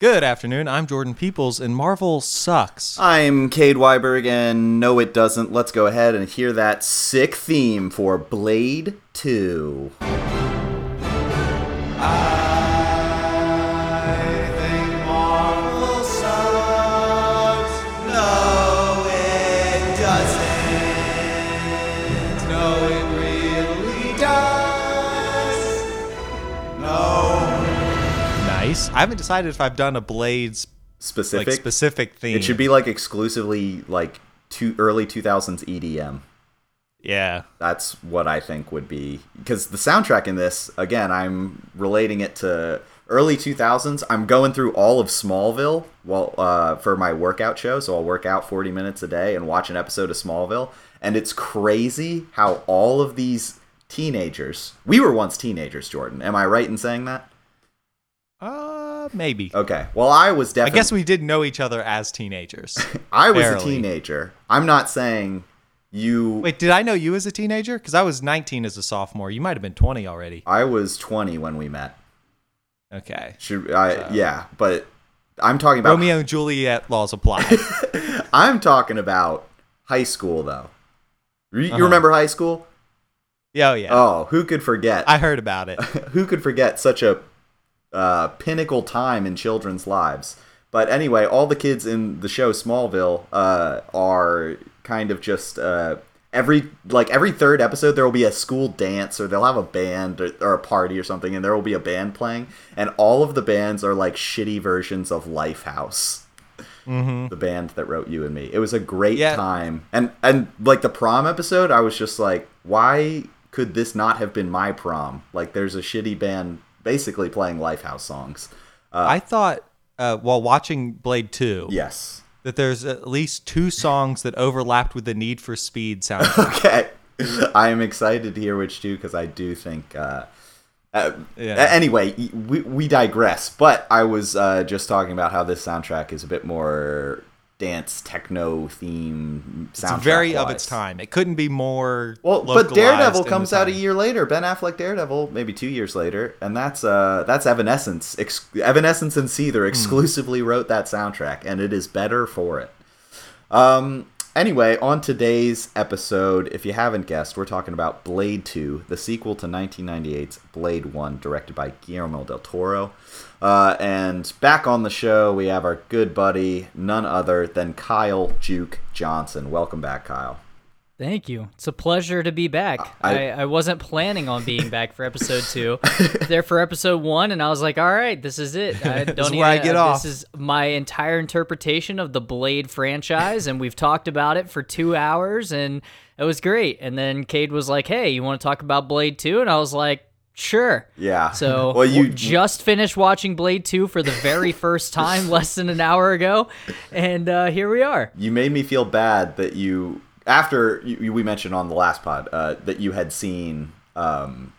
Good afternoon. I'm Jordan Peoples, and Marvel sucks. I'm Cade Weiberg, and no, it doesn't. Let's go ahead and hear that sick theme for Blade 2. Nice. I haven't decided if I've done a Blades Specific. like specific theme. It should be like exclusively like two E early 2000s EDM. Yeah. That's what I think would be because the soundtrack in this again, I'm relating it to early 2000s. I'm going through all of Smallville while uh, for my workout show, so I'll work out 40 minutes a day and watch an episode of Smallville, and it's crazy how all of these teenagers. We were once teenagers, Jordan. Am I right in saying that? Uh, maybe. Okay. Well, I was I Oh, definitely. guess we did know each other as teenagers. I was a barely. teenager. I'm not saying you. Wait, did I know you as a teenager? Because I was 19 as a sophomore. You might have been 20 already. I was 20 when we met. Okay. Should I? yeah, but I'm talking about Romeo and Juliet laws apply. I'm talking about high school though. You, you remember high school? yeah, oh, Uh-huh. yeah. Oh, who could forget? I heard about it. who could forget such a uh, pinnacle time in children's lives? But anyway, all the kids in the show Smallville uh, are kind of just uh, every like every third episode there will be a school dance or they'll have a band or, or a party or something, and there will be a band playing, and all of the bands are like shitty versions of Lifehouse the band that wrote you and me. It was a great Yeah. time. And and like the prom episode, I was just like, why could this not have been my prom? Like there's a shitty band basically playing Lifehouse songs. I thought uh, while watching Blade 2 Yes. that there's at least two songs that overlapped with the Need for Speed soundtrack. Okay. I am excited to hear which two because I do think uh Yeah. A- Anyway, y- we, we digress, but I was uh, just talking about how this soundtrack is a bit more dance techno theme soundtrack. It's very of its time. It couldn't be more. Well, localized but Daredevil in the comes out a time. year later. Ben Affleck Daredevil, maybe two years later, and that's uh that's Evanescence. Ex- Evanescence and Seether Hmm. exclusively wrote that soundtrack, and it is better for it. Um. Anyway, on today's episode, if you haven't guessed, we're talking about Blade 2, the sequel to 1998's Blade 1, directed by Guillermo del Toro. Uh, and back on the show, we have our good buddy, none other than Kyle Juke Johnson. Welcome back, Kyle. Thank you. It's a pleasure to be back. I- I, I, wasn't planning on being back for episode two. there for episode one, and I was like, "All right, this is it. I don't is where I even- get uh, off. This is my entire interpretation of the Blade franchise, and we've talked about it for two hours, and it was great. And then Cade was like, "Hey, you want to talk about Blade 2? And I was like, "Sure." Yeah. So Well, you- just finished watching Blade 2 for the very first time less than an hour ago, and uh, here we are. you made me feel bad that you after you, you- we mentioned on the last pod uh, that you had seen um,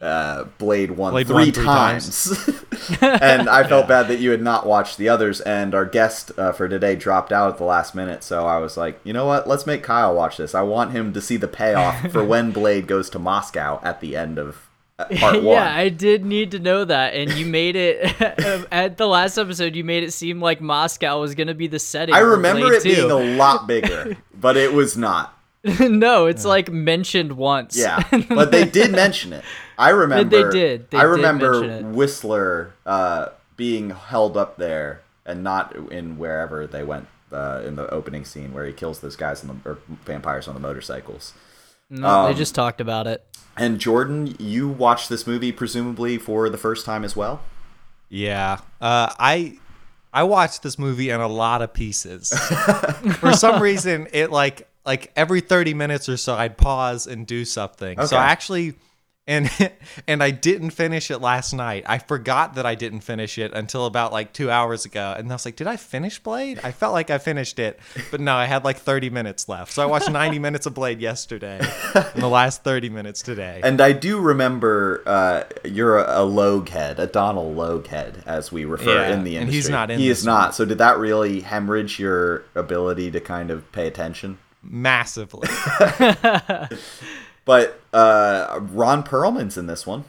uh, Blade One Blade three One three times, and I felt bad that you had not watched the others. And our guest uh, for today dropped out at the last minute, so I was like, you know what? Let's make Kyle watch this. I want him to see the payoff for when Blade goes to Moscow at the end of uh, part one. yeah, I did need to know that, and you made it um, at the last episode. You made it seem like Moscow was gonna be the setting. I for remember Blade it being 2. a lot bigger, but it was not. no, it's like mentioned once. Yeah, but they did mention it. I remember. did. They I did remember mention it. Whistler uh, being held up there and not in wherever they went uh, in the opening scene where he kills those guys on the or vampires on the motorcycles. no, um, they just talked about it. And Jordan, you watched this movie presumably for the first time as well. Yeah, uh, I I watched this movie in a lot of pieces. For some reason, it like like every thirty minutes or so, I'd pause and do something. So Okay. I actually. And and I didn't finish it last night. I forgot that I didn't finish it until about like two hours ago, and I was like, "Did I finish Blade?" I felt like I finished it, but no, I had like thirty minutes left. So I watched ninety minutes of Blade yesterday, and the last thirty minutes today. And I do remember uh, you're a, a Logue head, a Donald Logue head, as we refer Yeah, in the industry. and he's not in He this is not. So did that really hemorrhage your ability to kind of pay attention? massively. But uh, Ron Perlman's in this one.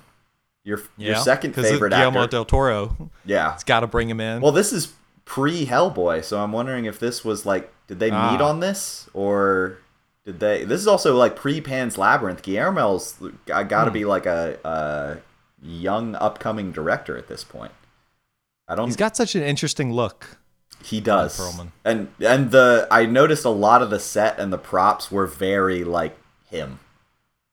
Your your second favorite Guillermo actor. del Toro. yeah. It's got to bring him in. Well, this is pre Hellboy, so I'm wondering if this was like, did they meet Ah. on this or did they? This is also like pre Pan's Labyrinth. Guillermo's got Hmm. to be like a, a young upcoming director at this point. I don't. he's got such an interesting look. he does. Perlman. And and the I noticed a lot of the set and the props were very like him.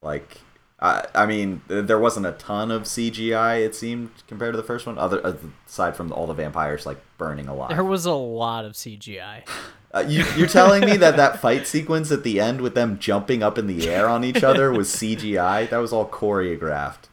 Like I I mean th- there wasn't a ton of CGI it seemed compared to the first one other uh, aside from all the vampires like burning alive. There was a lot of CGI. Uh, you, you're telling me that that fight sequence at the end with them jumping up in the air on each other was CGI? That was all choreographed.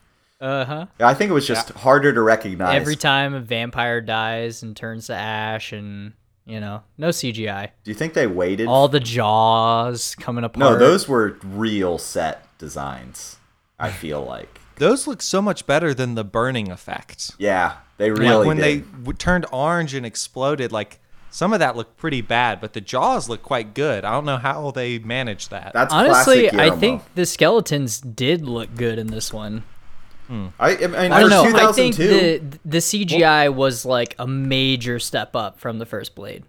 Uh huh. I think it was just harder to recognize. Every time a vampire dies and turns to ash, and you know, no CGI. Do you think they waited? All the jaws coming apart. no, those were real set designs. I feel like. Those look so much better than the burning effect. Yeah, they really like when they did. w- turned orange and exploded, like some of that looked pretty bad, but the jaws look quite good. I don't know how they managed that. That's Honestly, classic I Guillermo. think the skeletons did look good in this one. I, I mean, I for don't know. I 2002, think the the CGI was like a major step up from the first Blade.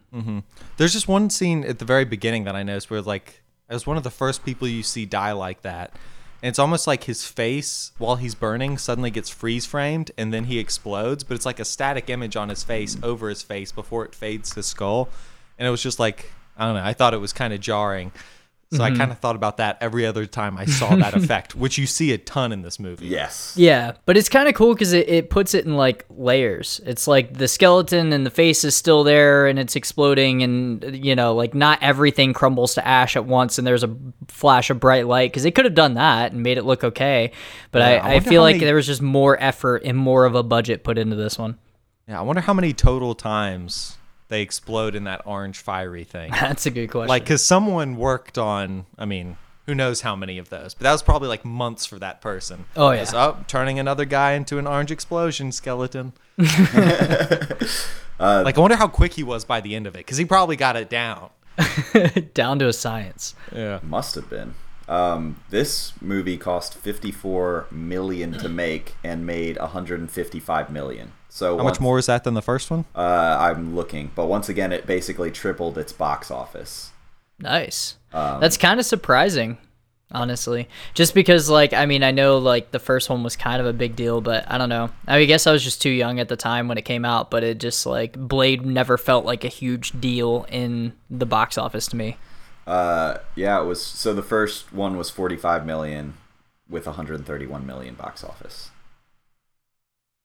There's just one scene at the very beginning that I noticed where like as one of the first people you see die like that. And it's almost like his face while he's burning suddenly gets freeze framed and then he explodes, but it's like a static image on his face over his face before it fades to skull. And it was just like I don't know, I thought it was kind of jarring. So I kind of thought about that every other time I saw that effect, which you see a ton in this movie. yes. Yeah, but it's kind of cool because it, it puts it in like layers. It's like the skeleton and the face is still there and it's exploding, and you know, like not everything crumbles to ash at once and there's a flash of bright light because they could have done that and made it look okay. But I I, I wonder feel how like many- there was just more effort and more of a budget put into this one. Yeah, I wonder how many total times they explode in that orange fiery thing. That's a good question. like because someone worked on i mean who knows how many of those but that was probably like months for that person Oh, yeah. It's, oh, turning another guy into an orange explosion skeleton Uh, like i wonder how quick he was by the end of it because he probably got it down down to a science. yeah Must have been. Um, this movie cost 54 million to make and made 155 million. So how once- much more is that than the first one Uh, I'm looking, but once again, it basically tripled its box office. Nice. Um, That's kind of surprising, honestly. Just because, like, I mean, I know, like, the first one was kind of a big deal, but I don't know. I, mean, I guess I was just too young at the time when it came out, but it just, like, Blade never felt like a huge deal in the box office to me. Uh, yeah, it was. So the first one was 45 million with 131 million box office.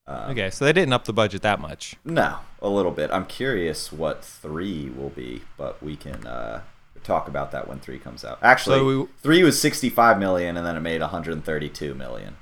okay so they didn't up the budget that much No, a little bit. I'm curious what three will be, but we can uh, talk about that when three comes out. Actually, So we- three was 65 million, and then it made 132 million.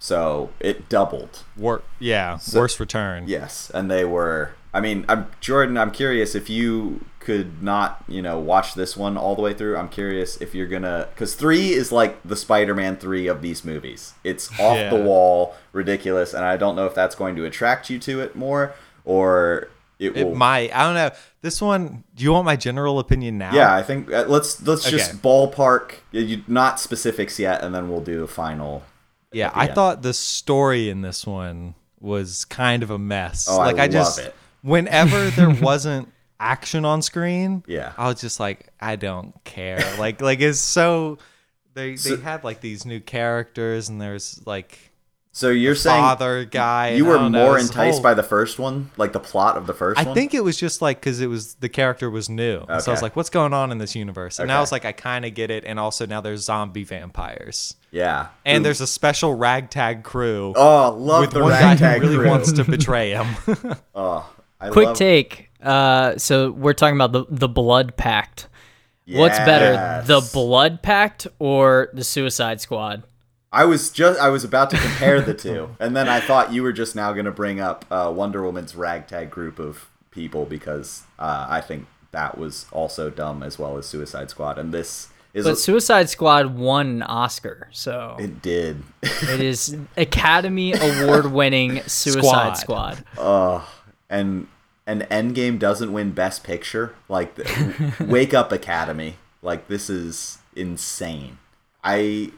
So it doubled. Wor- yeah worse return Yes, and they were. I mean, I'm Jordan. I'm curious if you could not, you know, watch this one all the way through. I'm curious if you're gonna, because three is like the Spider-Man three of these movies. It's off Yeah. the wall, ridiculous, and I don't know if that's going to attract you to it more or it, it will. might i don't know this one do you want my general opinion now yeah, I think uh, let's let's just Okay. ballpark, you- you, not specifics yet, and then we'll do a final. Yeah, the I end. thought the story in this one was kind of a mess. Oh, I like I, love just it. whenever there wasn't action on screen, Yeah. I was just like, I don't care. Like like it's so they they had like these new characters and there's like So you're saying father guy. and you I were don't know, more this enticed whole- by the first one, like the plot of the first I one. think it was just like because it was the character was new, And so I Okay. was like, "What's going on in this universe?" And Okay. now I was like, "I kind of get it." And also now there's zombie vampires, yeah, and Ooh. there's a special ragtag crew. Oh, love with the one guy ragtag who really crew. wants to betray him. Oh, I Quick love- take. Uh, so we're talking about the, the Blood Pact. What's better, Yes. the Blood Pact or the Suicide Squad? I was just I was about to compare the two, and then I thought you were just now going to bring up uh, Wonder Woman's ragtag group of people because uh, I think that was also dumb as well as Suicide Squad, and this is But Suicide Squad won an Oscar, so it did. It is Academy Award winning Suicide Squad. and and Endgame doesn't win Best Picture. Like, the, wake up, Academy! Like this is insane. I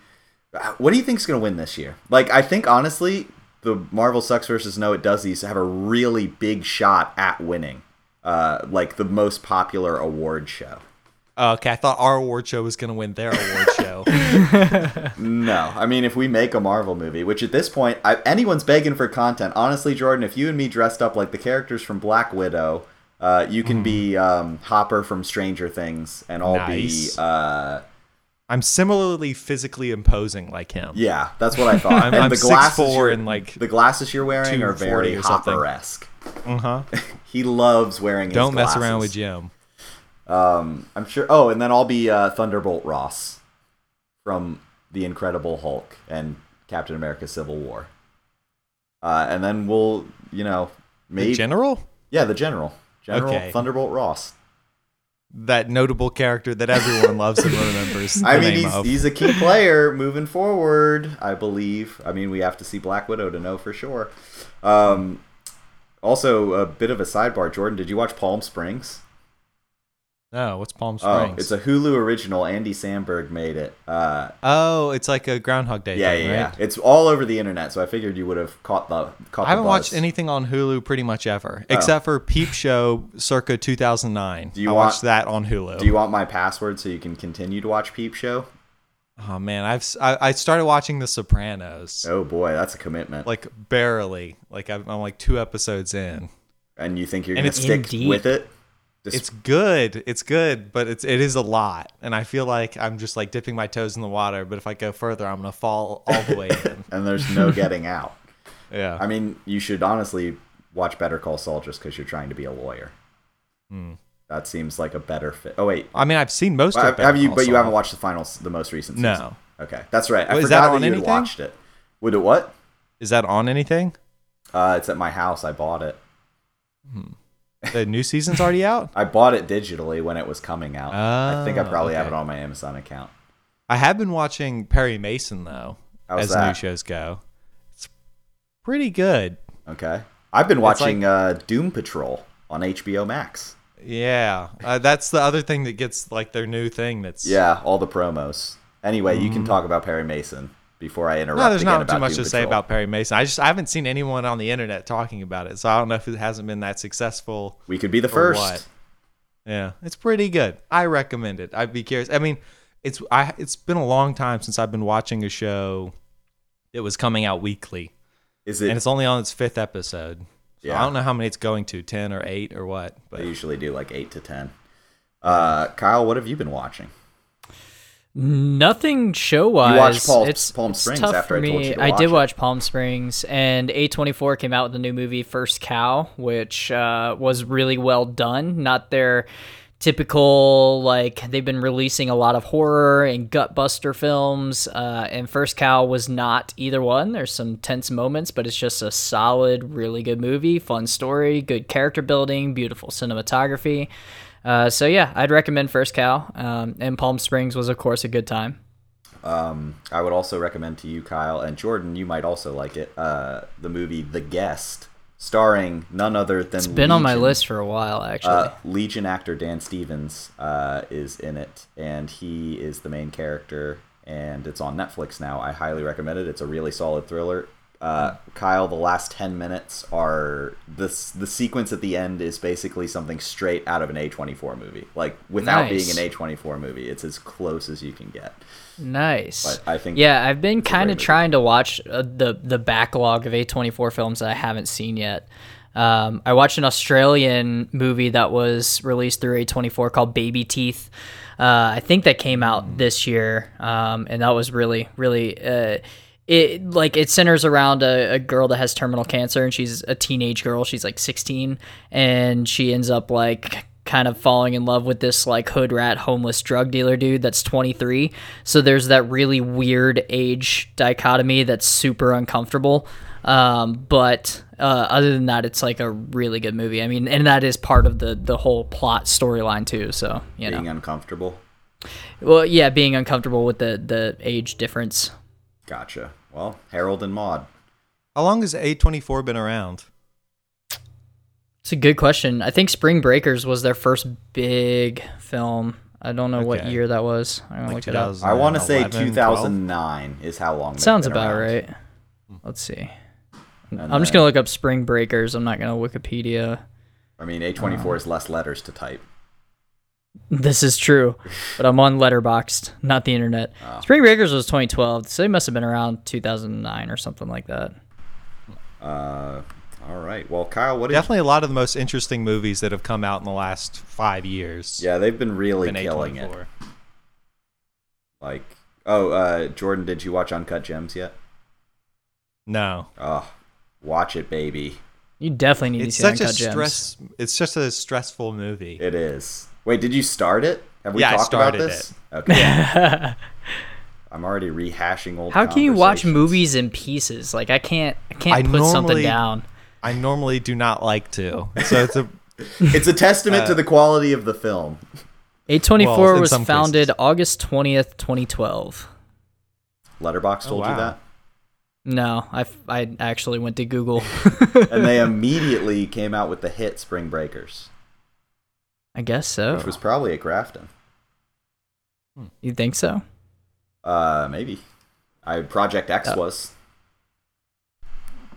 What do you think's gonna win this year? Like, I think honestly, the Marvel sucks versus No It Does these have a really big shot at winning, uh, like the most popular award show. Oh, okay, I thought our award show was going to win their award show. No, I mean if we make a Marvel movie, which at this point I, anyone's begging for content. Honestly, Jordan, if you and me dressed up like the characters from Black Widow, uh, you can be um, Hopper from Stranger Things, and I'll Mm. Nice. be uh, I'm similarly physically imposing like him. yeah. That's what I thought. I'm, and I'm the six glasses four you're- and like the glasses you're wearing are 240 very or something. Hopper esque. uh huh. He loves wearing. his Don't mess around glasses. with Jim. I'm sure. Oh, and then I'll be uh, Thunderbolt Ross from The Incredible Hulk and Captain America: Civil War. Uh, and then we'll, you know, The maybe general, yeah, the general, General Okay. Thunderbolt Ross. that notable character that everyone loves and remembers. The I mean, name he's, of. he's a key player moving forward, I believe. I mean, we have to see Black Widow to know for sure. Um, also, a bit of a sidebar, Jordan. Did you watch Palm Springs? no, what's Palm Oh, Springs? it's a Hulu original. Andy Samberg made it. Uh, Oh, it's like a Groundhog Day. yeah, thing, yeah, right? yeah. It's all over the internet, so I figured you would have caught the. Caught I haven't the buzz. watched anything on Hulu pretty much ever, except for Peep Show circa 2009. Do you I want- watched that on Hulu. Do you want my password so you can continue to watch Peep Show? oh man, I've s- I, I started watching The Sopranos Oh boy, that's a commitment. like barely, like I'm, I'm like two episodes in. and you think you're and gonna it's- stick Indeed. with it? Just, It's good, it's good, but it's it is a lot, and I feel like I'm just like dipping my toes in the water. But if I go further, I'm gonna fall all the way in. and there's no getting out. Yeah, I mean, you should honestly watch Better Call Saul just because you're trying to be a lawyer. Hmm. That seems like a better fit. Oh wait, I mean I've seen most of have, it. have you? But you haven't watched the final, the most recent. No. season. Okay, that's right. I Wait, is that forgot on that, you had anything? watched it. Would it what? Is that on anything? Uh, it's at my house. I bought it. The new season's already out. I bought it digitally when it was coming out. I think I Oh, probably have it okay. on my Amazon account. I have been watching Perry Mason though, How's as new that? shows go. It's pretty good. Okay. I've been watching uh, Doom Patrol on HBO Max. Yeah, uh, that's the other thing that gets like their new thing. That's Yeah, all the promos. Anyway, you can talk about Perry Mason before I interrupt. Mm. No, there's again not about too much Doom to say Patrol. about Perry Mason. I just I haven't seen anyone on the internet talking about it, so I don't know if it hasn't been that successful. We could be the or first. what. Yeah, it's pretty good. I recommend it. I'd be curious. I mean, it's I it's been a long time since I've been watching a show that was coming out weekly, Is it? and it's only on its fifth episode. So Yeah. I don't know how many it's going to, ten or eight or what. But They usually do like eight to ten. Uh, Kyle, what have you been watching? Nothing show wise. You watched Palm- it's, Palm it's Springs tough after for I told you me. to I watch did it. watch Palm Springs, and A24 came out with a new movie, First Cow, which uh, was really well done. Not their typical like they've been releasing a lot of horror and gutbuster films, uh, and First Cow was not either one. There's some tense moments, but it's just a solid, really good movie. Fun story, good character building, beautiful cinematography. Uh, so yeah, I'd recommend First Cow, um, and Palm Springs was of course a good time. Um, I would also recommend to you, Kyle and Jordan. You might also like it. Uh, the movie The Guest, starring none other than Been on my Legion. list for a while actually. Uh, Legion actor Dan Stevens uh, is in it, and he is the main character. And it's on Netflix now. I highly recommend it. It's a really solid thriller. Uh, Kyle, the last ten minutes are this. The sequence at the end is basically something straight out of an A twenty four movie, like without Nice. being an A twenty four movie. It's as close as you can get. nice. But I think yeah, I've been kind great of movie. trying to watch uh, the the backlog of A24 films that I haven't seen yet. Um, I watched an Australian movie that was released through A24 called Baby Teeth. Uh, I think that came Mm. out this year, um, and that was really really. Uh, it like it centers around a, a girl that has terminal cancer and she's a teenage girl she's like 16 and she ends up like kind of falling in love with this like hood rat homeless drug dealer dude that's 23 so there's that really weird age dichotomy that's super uncomfortable um, but uh, other than that it's like a really good movie i mean and that is part of the the whole plot storyline too so you know being uncomfortable. well yeah being uncomfortable with the the age difference Gotcha. Well, Harold and Maude. how long has A24 been around? It's a good question. I think Spring Breakers was their first big film. I don't know what Okay. year that was. I'm gonna look it up. I want to say 2011, 2009 is how long. they've Sounds been about around. right. Hmm. Let's see. And I'm just then- gonna look up Spring Breakers. I'm not gonna Wikipedia. I mean, Uh-huh. A24 is less letters to type. This is true, but I'm on Letterboxd, not the internet. Oh. Spring Breakers was 2012, so they must have been around 2009 or something like that. Uh, all right. Well, Kyle, what did Definitely a lot of the most interesting movies that have come out in the last five years. you? Yeah, they've been really been killing it. A24. Like, oh, uh, Jordan, did you watch Uncut Gems yet? No, Oh, watch it, baby. You definitely need it's to see such a Uncut Gems. stress. It's just a stressful movie. It is. Wait, did you start it? Have we Yeah, I talked about started this? Okay. How I'm already rehashing old. can you watch conversations. movies in pieces? Like I can't, I can't I put something normally- down. I normally do not like to, so it's a It's a testament Uh, to the quality of the film. 824 in was some founded cases. August 20th, 2012. Letterbox Oh, told you wow. that, No, I, f- I actually went to Google. and they immediately came out with the hit Spring Breakers, I guess so. which was probably at Grafton. You think so? Uh, maybe. I Project X Uh, was.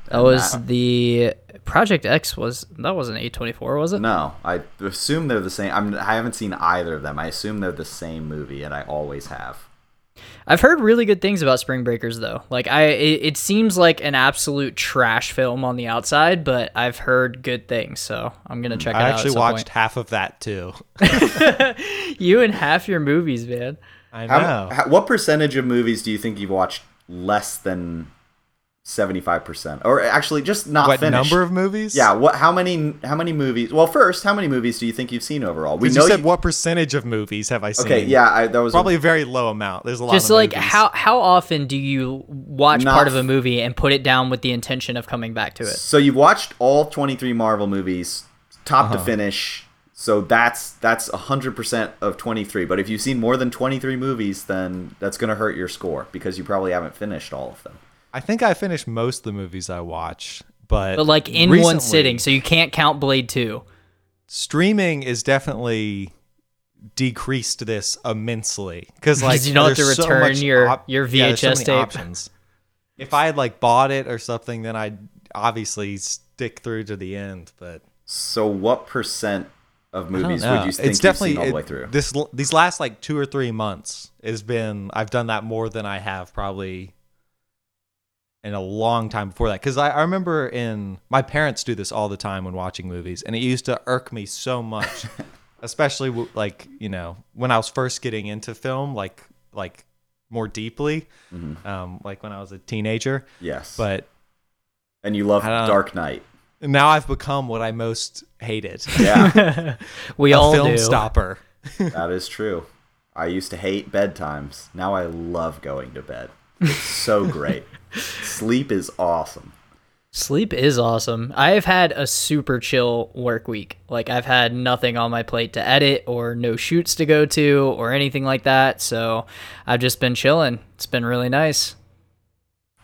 That And was that- the Project X was that wasn't 824, was it? No, I assume they're the same. I'm, I haven't seen either of them. I assume they're the same movie, and I always have. I've heard really good things about Spring Breakers though. Like I it, it seems like an absolute trash film on the outside, but I've heard good things, so I'm going to check it Mm, I out. at actually some watched point. half of that too. you and half your movies, man. I How, know. how- what percentage of movies do you think you've watched less than seventy five percent, or actually just not what finished? number of movies? Yeah. What? How many? How many movies? Well, first, how many movies do you think you've seen overall? We Because know. you said you- what percentage of movies have I seen? okay. Yeah. I, that was a- probably a very low amount. There's a lot. Just of like movies. how how often do you watch Not part of a f- movie and put it down with the intention of coming back to it? So you've watched all 23 Marvel movies, top Uh-huh. to finish. So that's that's 100% of 23. But if you've seen more than 23 movies, then that's going to hurt your score because you probably haven't finished all of them. I think I finished most of the movies I watch, but But like in one recently, sitting, so you can't count Blade 2. streaming is definitely decreased this immensely because like 'Cause you don't have there's to so return much your- op- your yeah, there's so VHS many tape. options. If I had like bought it or something, then I'd obviously stick through to the end. But So what percent of I don't movies know. would you think it's you've definitely seen all the way it- through? this l- these last like two or three months has been I've done that more than I have probably in a long time before that because I, I remember in my parents do this all the time when watching movies and it used to irk me so much especially w- like you know when I was first getting into film like like more deeply Mm-hmm. um, like when I was a teenager yes. but and you love I don't- Dark Knight. now I've become what I most hated Yeah, We a all film do. stopper that is true. I used to hate bedtimes. Now I love going to bed. It's so great. Sleep is awesome. Sleep is awesome. I've had a super chill work week. Like I've had nothing on my plate to edit or no shoots to go to or anything like that. So I've just been chilling. It's been really nice.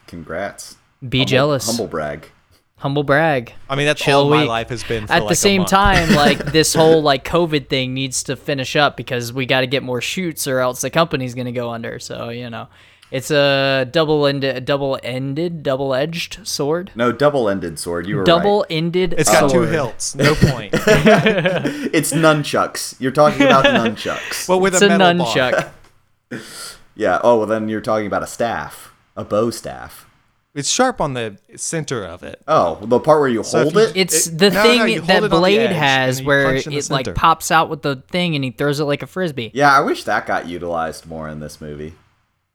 Congrats. Be Humble- jealous. Humble brag. Humble brag. I mean that's Chill all my week. life has been for At like the a same month. time, like this whole like COVID thing needs to finish up because we got to get more shoots or else the company's going to go under. So, you know, it's a double-ended double-ended, double-edged sword. No, double-ended sword. You were right. Double-ended It's got two sword. hilts. No point. It's nunchucks. You're talking about nunchucks. But with It's a a metal ball. nunchuck. yeah. Oh, well, then you're talking about a staff, a bow staff. It's sharp on the center of it. Oh, the part where you So if hold you- it. It's It- the no, no, thing you hold it on that the edge Blade and has you where punch in the it like center. pops out with the thing and he throws it like a frisbee. yeah, I wish that got utilized more in this movie.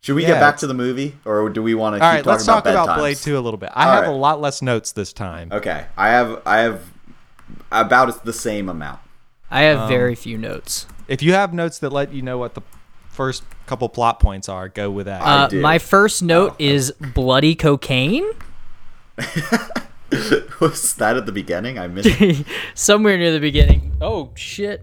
Should we get Yeah. back to the movie, or do we want to keep All right, talking let's talk about, bedtimes? Blade 2 a little bit. I All have right. a lot less notes this time. Okay, I have I have about the same amount. I have Um, very few notes. If you have notes that let you know what the first couple plot points are, go with that. Uh, do. my first note Oh. is bloody cocaine. Was that at the beginning? I missed. Somewhere near the beginning. Oh shit.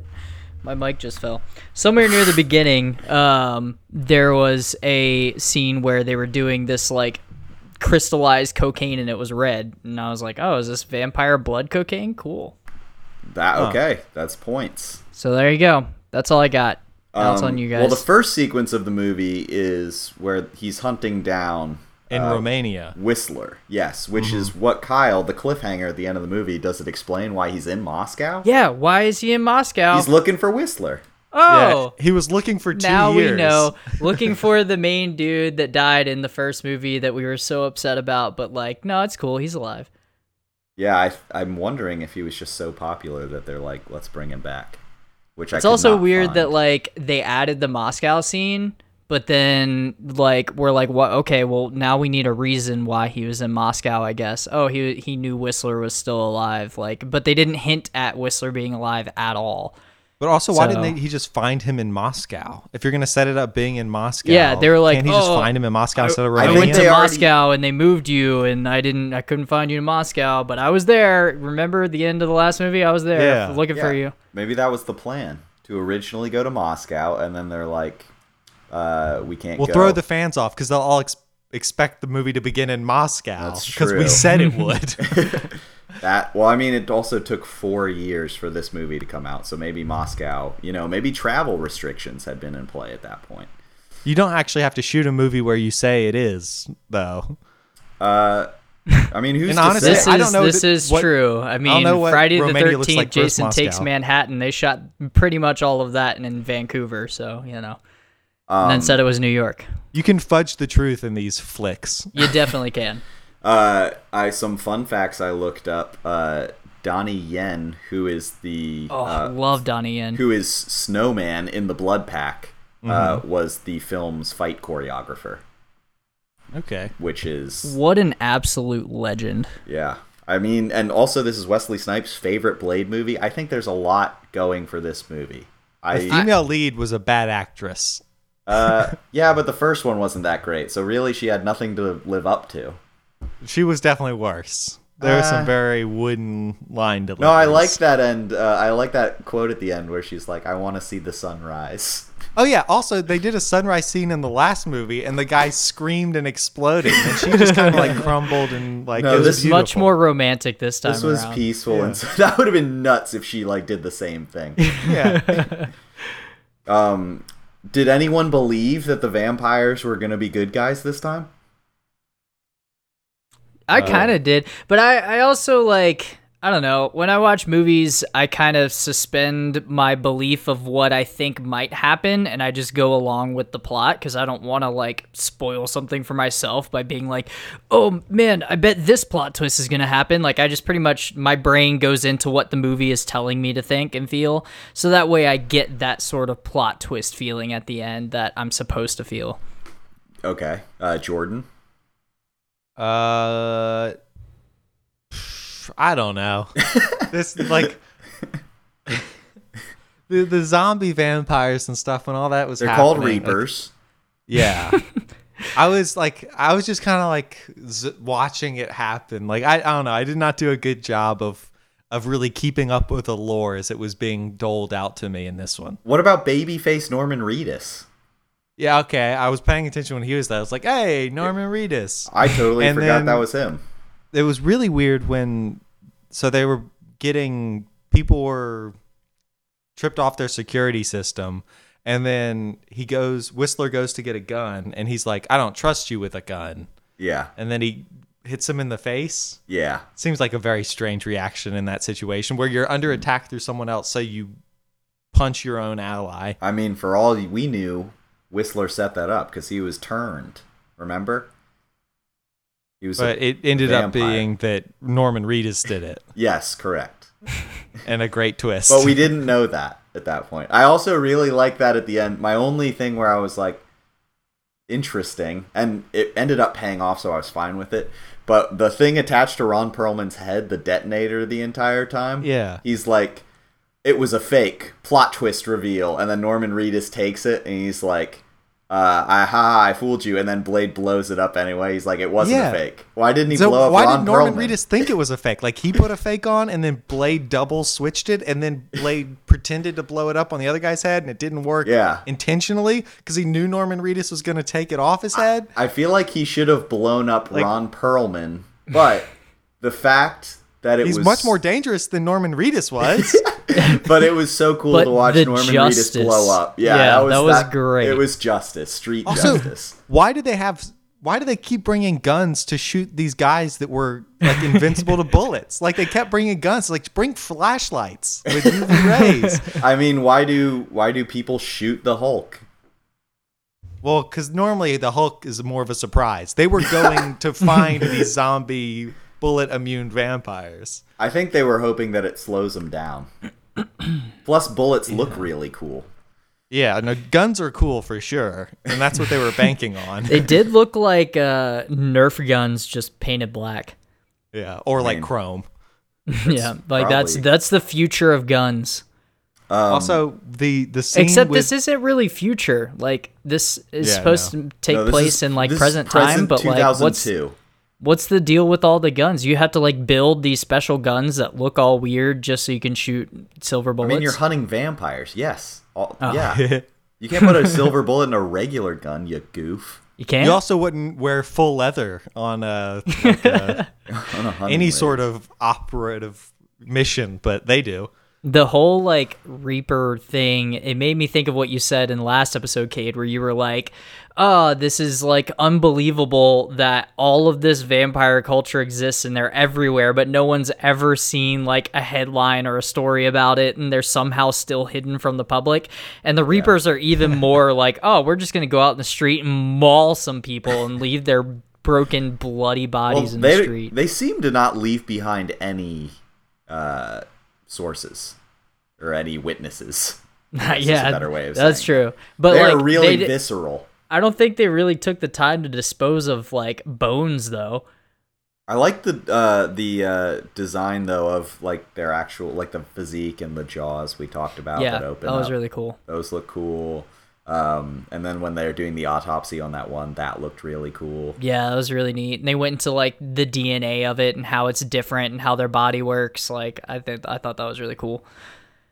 My mic just fell. Somewhere near the beginning, um, there was a scene where they were doing this like crystallized cocaine and it was red. And I was like, oh, is this vampire blood cocaine? Cool. that. Okay, that's points. Um, So there you go. That's all I got. Now it's on you guys. Well, the first sequence of the movie is where he's hunting down in Romania. Whistler. Yes, which Mm-hmm. is what Kyle, the cliffhanger at the end of the movie, does it explain why he's in Moscow? yeah, why is he in Moscow? He's looking for Whistler. oh, he was looking for two now years. we know. Looking for the main dude that died in the first movie that we were so upset about, but like, no, it's cool. He's alive. Yeah, I, I'm wondering if he was just so popular that they're like, let's bring him back. Which I It's could also not weird find. that like they added the Moscow scene, but then like we're like, what? Okay, well now we need a reason why he was in Moscow. I guess. Oh, he he knew Whistler was still alive. Like, but they didn't hint at Whistler being alive at all. But also, why didn't So- they, he just find him in Moscow? If you're gonna set it up being in Moscow, Yeah, they were like, can't he just "Oh, find him in Moscow instead of I Romania? think I went to they already- Moscow and they moved you, and I didn't. I couldn't find you in Moscow, but I was there. Remember the end of the last movie? I was there Yeah. looking for Yeah. you. Maybe that was the plan to originally go to Moscow, and then they're like, uh, we can't. we'll go. throw the fans off because they'll all ex- expect the movie to begin in Moscow That's we true. said it would. that. Well, I mean, it also took four years for this movie to come out, so maybe Moscow. You know, maybe travel restrictions had been in play at that point. you don't actually have to shoot a movie where you say it is, though. Uh, I mean, who's And to honestly, say? This I is don't know this that- is what- true. I mean, know what Friday the Romania looks Thirteenth, like versus Jason takes Moscow. Manhattan. They shot pretty much all of that in, in Vancouver, so you know. Um, and then said it was New York. You can fudge the truth in these flicks. You definitely can. Uh, I some fun facts I looked up. Uh, Donnie Yen, who is the Oh, uh, love Donnie Yen. who is Snowman in the Blood Pack, uh, was the film's fight choreographer, Okay. which is What an absolute legend. yeah. I mean, and also this is Wesley Snipes' favorite Blade movie. I think there's a lot going for this movie. The I female lead was a bad actress. uh, yeah, but the first one wasn't that great, so really she had nothing to live up to. She was definitely worse. There was some Uh, very wooden line deliveries. No, I like that end. Uh, I like that quote at the end where she's like, "I want to see the sunrise." Oh yeah. Also, they did a sunrise scene in the last movie, and the guy screamed and exploded, and she just kind of like crumbled and like No, it was this is beautiful. Much more romantic this time. This was around. peaceful, and so that would have been nuts if she like did the same thing. Yeah. Um, did anyone believe that the vampires were gonna be good guys this time? I kind of did, but I, I also like I don't know. When I watch movies, I kind of suspend my belief of what I think might happen, and I just go along with the plot because I don't want to like spoil something for myself by being like, "Oh man, I bet this plot twist is gonna happen." Like I just pretty much my brain goes into what the movie is telling me to think and feel, so that way I get that sort of plot twist feeling at the end that I'm supposed to feel. Okay, uh, Jordan. Uh, pff, I don't know. this like the the zombie vampires and stuff when all that was They're happening, called like, Reapers. yeah. I was like, I was just kind of like z- watching it happen. Like, I, I don't know. I did not do a good job of of really keeping up with the lore as it was being doled out to me in this one. what about babyface Norman Reedus? Yeah, okay. I was paying attention when he was there. I was like, hey, Norman Reedus. I totally And forgot then- that was him. it was really weird when so they were getting people were tripped off their security system and then he goes whistler goes to get a gun and he's like i don't trust you with a gun Yeah, and then he hits him in the face yeah, seems like a very strange reaction in that situation where you're under attack through someone else so you punch your own ally I mean, for all we knew, Whistler set that up because he was turned. Remember? He was. a- but it ended up vampire. being that norman reedus did it yes, correct. and a great twist But we didn't know that at that point. I also really like that at the end. My only thing where I was like, interesting, and it ended up paying off, so I was fine with it. But the thing attached to Ron Perlman's head, the detonator, the entire time. Yeah. He's like, it was a fake plot twist reveal, and then Norman Reedus takes it, and he's like. Uh, I, ha, I fooled you, and then Blade blows it up anyway. He's like, "It wasn't Yeah. a fake. Why didn't he So blow up why Ron did Norman Perlman? Reedus think it was a fake? Like he put a fake on, and then Blade double switched it, and then Blade pretended to blow it up on the other guy's head, and it didn't work. Yeah. intentionally because he knew Norman Reedus was going to take it off Ah, his head. I feel like he should have blown up Ron Perlman, but the fact that it He's was much more dangerous than Norman Reedus was. but it was so cool But to watch the Norman Reedus justice. blow up. Yeah, Yeah, that was, that was great. It was justice, street Also, justice. why do they have? Why do they keep bringing guns to shoot these guys that were like invincible to bullets? Like they kept bringing guns. Like bring flashlights with UV rays. I mean, why do why do people shoot the Hulk? Well, because normally the Hulk is more of a surprise. They were going to find these zombie bullet immune vampires. I think they were hoping that it slows them down. Plus, bullets look really cool. Yeah, no, guns are cool for sure, and that's what they were banking on. They did look like uh, Nerf guns just painted black. Yeah, or like chrome. yeah, like that's probably- that's the future of guns. Um, also, the the scene Except with, this isn't really future. Like this is Yeah, supposed no. to take No, this place is- in like this is present, time, but like what's 2002. what's the deal with all the guns? You have to like build these special guns that look all weird just so you can shoot silver I bullets. Oh. mean, you're hunting vampires. Yes. All, Yeah. You can't put a silver bullet in a regular gun, you goof. you can't. You also wouldn't wear full leather on uh, a, like a On a hunting any rig. sort of operative mission, but they do. the whole like Reaper thing, it made me think of what you said in last episode, Cade, where you were like, oh, this is like unbelievable that all of this vampire culture exists and they're everywhere, but no one's ever seen like a headline or a story about it and they're somehow still hidden from the public. And the Reapers are even more like, oh, we're just going to go out in the street and maul some people and leave their broken, bloody Well, bodies in they, the street. they seem to not leave behind any uh, sources or any witnesses. That's just a better way of that's saying it. true. But They're like, really they di- visceral. I don't think they really took the time to dispose of like bones though. I like the uh, the uh, design though of like their actual like the physique and the jaws we talked about yeah, that that, open. was up. really cool. Those look cool. Um, and then when they were doing the autopsy on that one, that looked really cool. Yeah, that was really neat. And they went into like the DNA of it and how it's different and how their body works. Like I think I thought that was really cool.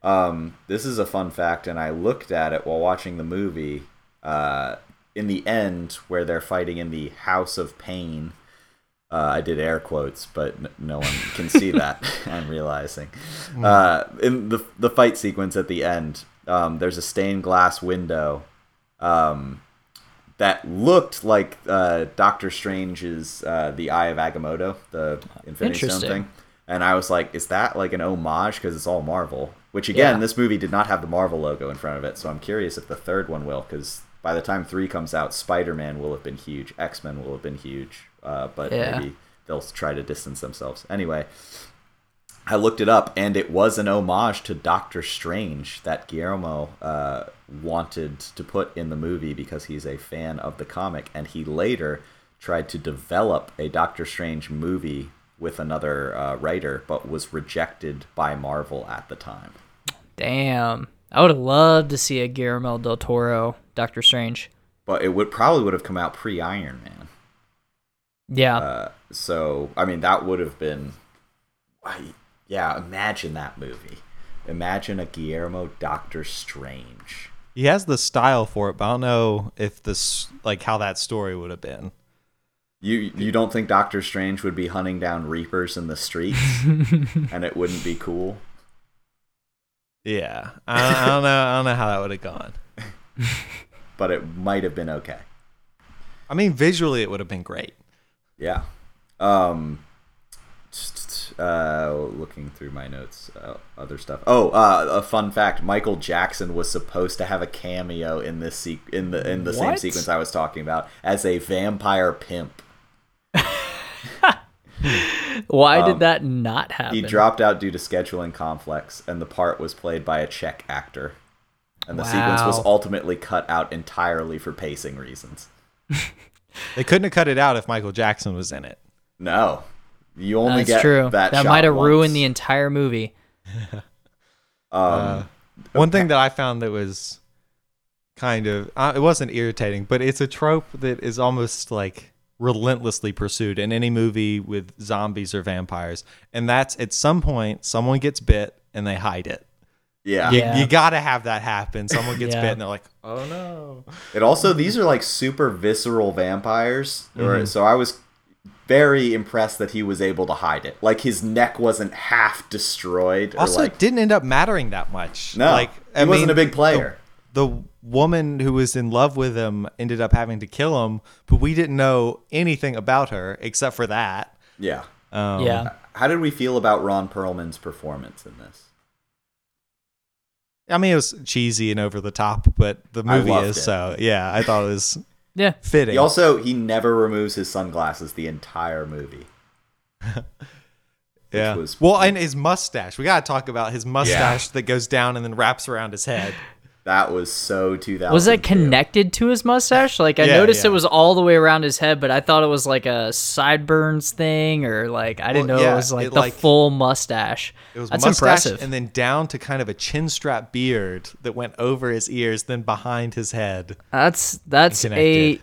Um, this is a fun fact, and I looked at it while watching the movie. Uh, in the end, where they're fighting in the House of Pain, uh, I did air quotes, but n- no one can see that. I'm realizing. Uh, in the the fight sequence at the end, um, there's a stained glass window, um, that looked like uh, Doctor Strange's uh, the Eye of Agamotto, the Infinity Stone Interesting. thing. And I was like, is that like an homage? Because it's all Marvel. Which again, Yeah. this movie did not have the Marvel logo in front of it, so I'm curious if the third one will. Because by the time three comes out, Spider Man will have been huge, X Men will have been huge, uh, but Yeah. maybe they'll try to distance themselves. Anyway, I looked it up, and it was an homage to Doctor Strange that Guillermo uh, wanted to put in the movie because he's a fan of the comic, and he later tried to develop a Doctor Strange movie with another uh, writer, but was rejected by Marvel at the time. Damn. I would have loved to see a Guillermo del Toro Doctor Strange. But it would probably would have come out pre Iron Man. Yeah. Uh, so I mean, that would have been, I- yeah. Imagine that movie. Imagine a Guillermo Doctor Strange. He has the style for it, but I don't know if this like how that story would have been. You you don't think Doctor Strange would be hunting down reapers in the streets and it wouldn't be cool? Yeah, I, I don't know. I don't know how that would have gone. But it might have been okay. I mean, visually, it would have been great. Yeah. Um just, uh looking through my notes uh, other stuff. Oh, uh, a fun fact, Michael Jackson was supposed to have a cameo in this se- in the in the same What? sequence I was talking about as a vampire pimp. Why did that not happen? um, He dropped out due to scheduling conflicts, and the part was played by a Czech actor. And the sequence was Wow. ultimately cut out entirely for pacing reasons. They couldn't have cut it out if Michael Jackson was in it. No, you only That's get true. that. shot might have once. ruined the entire movie. Uh, Um, One thing that I found that was kind of uh, it wasn't irritating, but it's a trope that is almost like relentlessly pursued in any movie with zombies or vampires, and that's at some point someone gets bit and they hide it. yeah. You, Yeah. you gotta have that happen. Someone gets Yeah. bit and they're like, "Oh no!" It also these are like super visceral vampires, or so I was. very impressed that he was able to hide it. Like his neck wasn't half destroyed. Also, or like, it didn't end up mattering that much. no, like he wasn't a big player. The, the woman who was in love with him ended up having to kill him, but we didn't know anything about her except for that. yeah. Oh. Um, yeah. How did we feel about Ron Perlman's performance in this? I mean, it was cheesy and over the top, but the I movie loved is it. so. Yeah, I thought it was Yeah. fitting. He also he never removes his sunglasses the entire movie. yeah. was- well, and his mustache. We gotta talk about his mustache that goes down and then wraps around his head. That was so 2000. Was that connected to his mustache? Like I Yeah, noticed it yeah. was all the way around his head, but I thought it was like a sideburns thing or like I didn't Well, know yeah, it was like it, the like- full mustache. It was That's mustache impressive. and then down to kind of a chin strap beard that went over his ears, then behind his head. That's that's a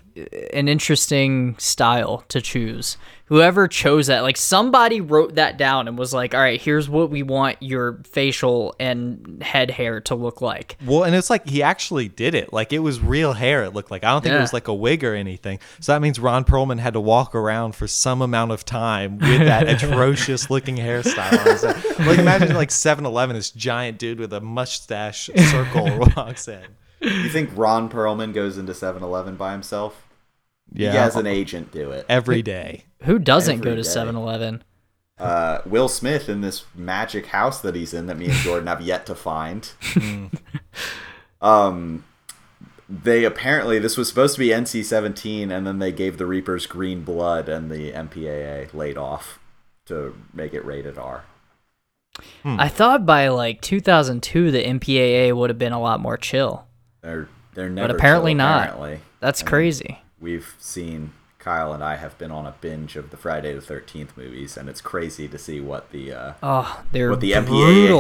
an interesting style to choose. Whoever chose that, like somebody wrote that down and was like, "All right, here's what we want your facial and head hair to look like." Well, and it's like he actually did it. Like it was real hair. It looked like I don't think it Yeah. was like a wig or anything. So that means Ron Perlman had to walk around for some amount of time with that atrocious looking hairstyle. on his head. Like imagine like 7-Eleven, this giant dude with a mustache circle walks in. You think Ron Perlman goes into 7-Eleven by himself? Yeah, He has an agent do it. every day. Who doesn't go Every to day. 7-Eleven? Uh, Will Smith in this magic house that he's in that me and Jordan have yet to find. um, they apparently this was supposed to be NC-17, and then they gave the Reapers green blood, and the MPAA laid off to make it rated R. Hmm. I thought by like 2002 the MPAA would have been a lot more chill. They're they're never. apparently chill, not. Apparently. That's crazy. we've seen Kyle and I have been on a binge of the Friday the Thirteenth movies, and it's crazy to see what the uh, Oh, they're what the MPAA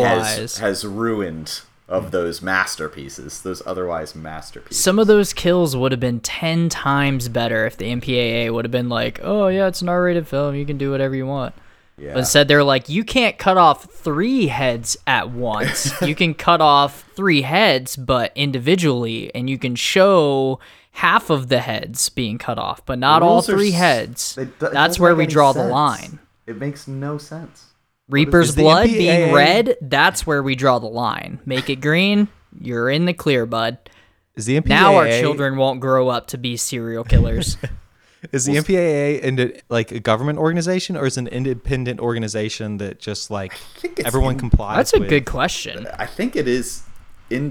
has, brutalized. has ruined of those masterpieces, those otherwise masterpieces. Some of those kills would have been 10 times better if the MPAA would have been like, "Oh yeah, it's an R-rated film. You can do whatever you want." yeah. But instead, they're like, you can't cut off three heads at once. you can cut off three heads, but individually, and you can show half of the heads being cut off, but not all Rules are three s- heads. they- it That's doesn't where make we any draw the sense. line. It makes no sense. Reaper's is the blood NPAA? being red, that's where we draw the line. Make it green, you're in the clear, bud. Is the MPAA Now our children won't grow up to be serial killers. is the MPAA into like a government organization or is it an independent organization that just like think it's everyone in- complies? that's a with? good question. I think it is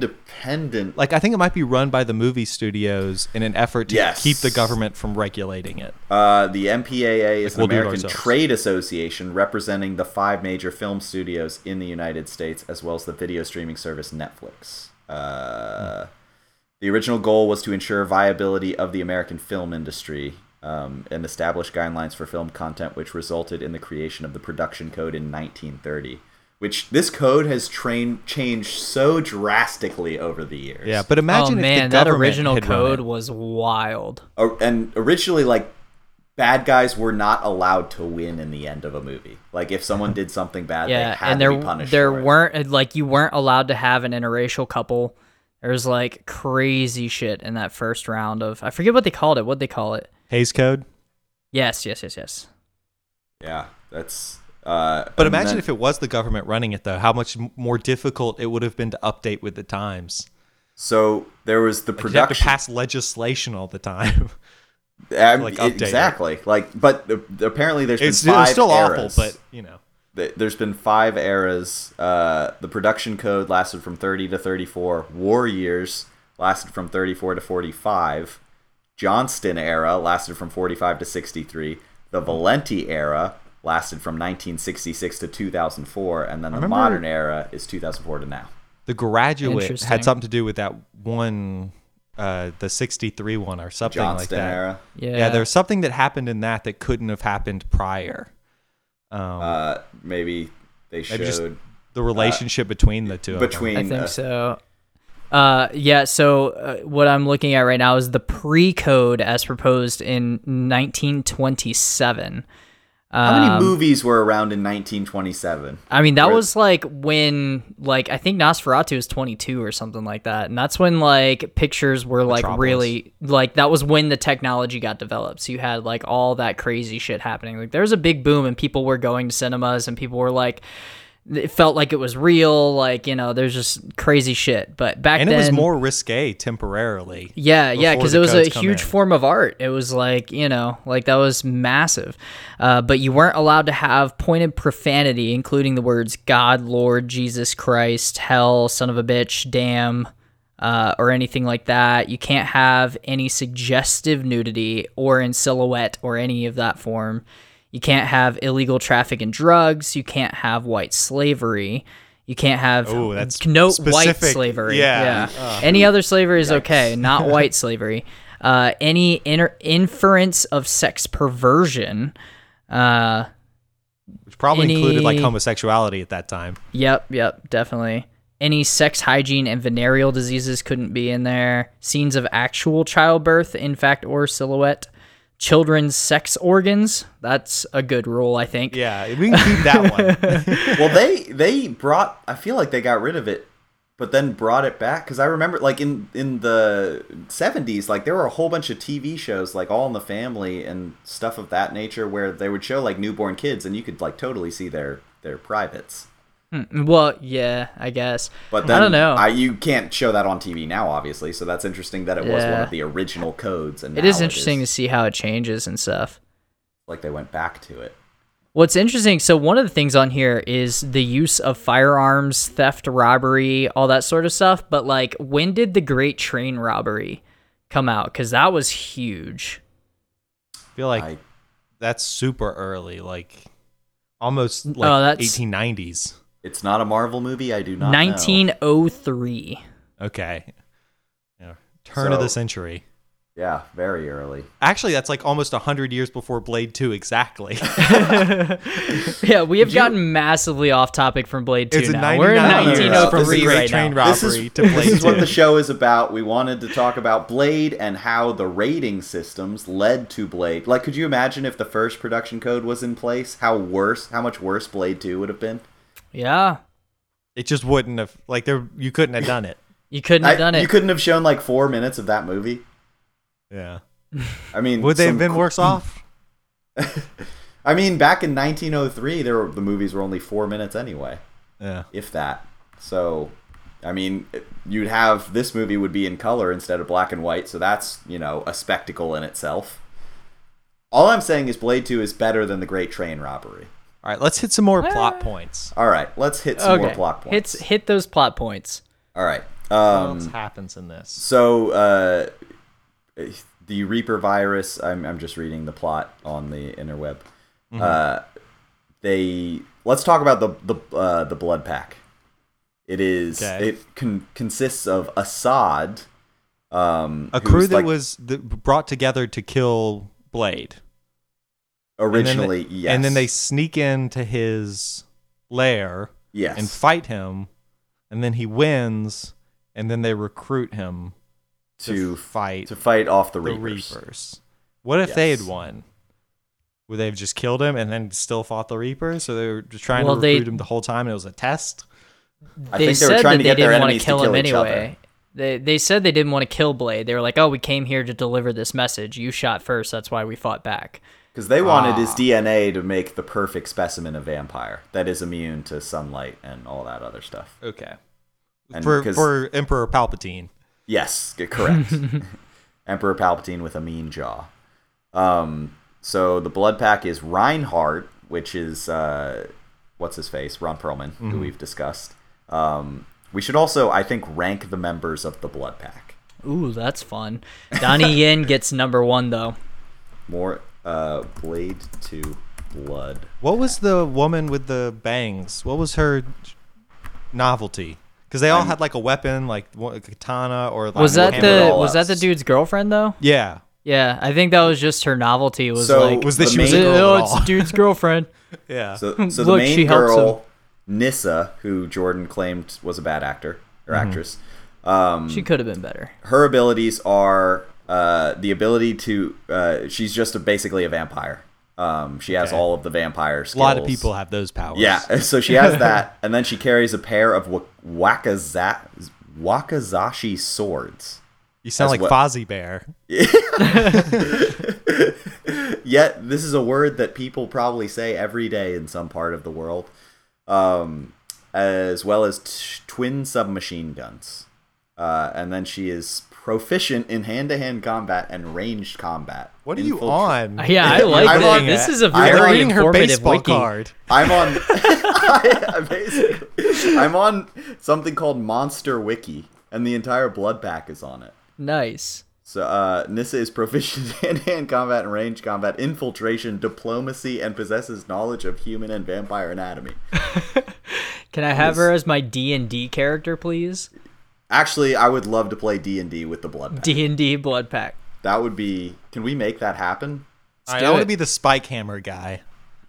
independent. like I think it might be run by the movie studios in an effort to Yes. keep the government from regulating it. Uh, the MPAA Like, is we'll an do it American ourselves. trade association representing the five major film studios in the United States, as well as the video streaming service Netflix. Uh, Hmm. The original goal was to ensure viability of the American film industry um, and establish guidelines for film content, which resulted in the creation of the production code in 1930. Which this code has train changed so drastically over the years. Yeah, but Oh imagine man, if the that government original had run code it. was wild. Or- and originally like bad guys were not allowed to win in the end of a movie like if someone did something bad they yeah had and there to be punished there for it. weren't uh, like you weren't allowed to have an interracial couple there was like crazy shit in that first round of i forget what they called it what they call it Hayes Code. yes yes yes yes yeah that's uh But imagine if it was the government running it though, how much m- more difficult it would have been to update with the times. so there was the Like, you'd have to production pass legislation all the time. um, like, it- update it. exactly like but the, apparently there's it's, still- been five it's still eras. awful, but you know. Th- there's been five eras uh the production code lasted from 30 to 34 war years lasted from 34 to 45 Johnston era lasted from 45 to 63. The Valenti era lasted from 1966 to 2004, and then the remember- modern era is 2004 to now. The graduate Interesting. had something to do with that one uh the 63 one or something like Johnston that. era. yeah, yeah, there's something that happened in that that couldn't have happened prior. Uh, maybe they showed Maybe just the relationship uh, between the two. of them. between. i think uh, so uh yeah so uh, what i'm looking at right now is the pre-code as proposed in 1927 uh, How Um, many movies were around in 1927? I mean, that Right. was like when, like, I think Nosferatu was 22 or something like that. And that's when, like, pictures were, like, Metropolis. really, like, that was when the technology got developed. So you had, like, all that crazy shit happening. Like, there was a big boom, and people were going to cinemas, and people were like, it felt like it was real. Like, you know, there's just crazy shit. But back and it then. was more risque temporarily. Yeah, yeah, before because the it was a codes come huge in. form of art. It was like you know, like that was massive, uh, but you weren't allowed to have pointed profanity, including the words "God," "Lord," "Jesus Christ," "Hell," "Son of a bitch," "Damn," uh, or anything like that. You can't have any suggestive nudity or in silhouette or any of that form. You can't have illegal traffic in drugs. You can't have white slavery. You can't have Ooh, that's no white specific. slavery. Yeah. Uh, Any other slavery is okay, not white slavery. Uh, any inter- inference of sex perversion. Uh, Which probably included like Any- homosexuality at that time. yep, yep, definitely. Any sex hygiene and venereal diseases couldn't be in there. Scenes of actual childbirth, in fact, or silhouette. Children's sex organs. That's a good rule, I think. Yeah, we can keep that one. well, they they brought. I feel like they got rid of it, but then brought it back because I remember like in in the 70s, like there were a whole bunch of TV shows like All in the Family and stuff of that nature where they would show like newborn kids and you could like totally see their their privates. Well, yeah, I guess. But then I don't know. you can't show that on TV now, obviously. So that's interesting that it was one Yeah. of the original codes. And it now is interesting is, to see how it changes and stuff. like they went back to it. What's interesting, so one of the things on here is the use of firearms, theft, robbery, all that sort of stuff. But like, when did the Great Train Robbery come out? Because that was huge. I feel like I- that's super early, like almost Oh, like that's- 1890s. It's not a Marvel movie. I do not. know. 1903. Okay. Yeah. Turn of the So- century. Yeah, very early. Actually, that's like almost 100 years before Blade 2 exactly. Yeah, we have gotten massively off topic from Blade 2 It's a now. We're in 99 No, no, no, this is 1903 a great right train now. rob- This is, Robbery to Blade this is what Two. the show is about. We wanted to talk about Blade and how the rating systems led to Blade. Like, could you imagine if the first production code was in place? How worse? How much worse Blade Two would have been? Yeah, it just wouldn't have like there you couldn't have done it. you couldn't have I- done You it. couldn't have shown like four minutes of that movie. Yeah. I mean, Would they have some been cr- worse off? I mean, back in 1903, there were, the movies were only four minutes anyway, Yeah. if that. So, I mean, you'd have this movie would be in color instead of black and white, so that's you know a spectacle in itself. All I'm saying is Blade Two is better than the Great Train Robbery. All right, let's hit some more plot points. All right, let's hit some more plot points. Hits, hit those plot points. All right. What Um, else happens in this? so uh, the Reaper virus. I'm I'm just reading the plot on the interweb. Mm-hmm. Uh, they let's talk about the the uh, the blood pack. It is Okay. it con- consists of Assad, um, A crew who's, that like, was th- brought together to kill Blade. And then they- originally yes, And then they sneak into his lair yes and fight him, and then he wins, and then they recruit him to, to fight to fight off the the Reapers. Reapers. What if they had Yes. won? Would they have just killed him and then still fought the Reapers? So they were just trying Well, to they- recruit him the whole time, and it was a test. I they think they said were trying that to they get their didn't want enemies to kill kill him each other. anyway. They, they said they didn't want to kill Blade. They were like, "Oh, we came here to deliver this message. You shot first. That's why we fought back." Because they wanted his DNA to make the perfect specimen of vampire that is immune to sunlight and all that other stuff. Okay. And For, 'cause- for Emperor Palpatine. Yes, c- correct. Emperor Palpatine with a mean jaw. Um, so the blood pack is Reinhardt, which is uh, what's his face, Ron Perlman, who we've discussed. Um, we should also, I think, rank the members of the blood pack. Ooh, that's fun. Donnie Yin gets number one though. More uh, Blade to Blood. What was the woman with the bangs? What was her novelty? Because they all had like a weapon, like one- a katana or like a Was that hammer it hammer. the all was up. that the dude's girlfriend though? Yeah. Yeah, I think that was just her novelty. Was So- like, Was that The she was a main- girl at oh, all? it's dude's girlfriend. Yeah. So, so Look, the main she helps girl, Nissa, who Jordan claimed was a bad actor or Mm-hmm. actress, um, She could have been better. her abilities are uh, the ability to. Uh, she's just a, basically a vampire. Um, she has all of the vampire A skills. lot of people have those powers. Yeah, so she has that, and then she carries a pair of wa- wakaza- wakazashi swords. You sound That's like what- Fozzie Bear. Yet, this is a word that people probably say every day in some part of the world, um, as well as t- twin submachine guns. Uh, and then she is proficient in hand to hand combat and ranged combat. What are you Infiltra- on? Yeah, I like I'm that. on This that. is a I'm I'm Very very reading her informative baseball wiki. card. I'm on. I- basically, I'm on something called Monster Wiki, and the entire blood pack is on it. Nice. So uh, Nissa is proficient in hand-to-hand combat and range combat, infiltration, diplomacy, and possesses knowledge of human and vampire anatomy. Can I have her as my D and D character, please? Actually, I would love to play D and D with the blood. Pack. D and D blood pack. That would be. Can we make that happen? All right, do I want it. to be the spike hammer guy.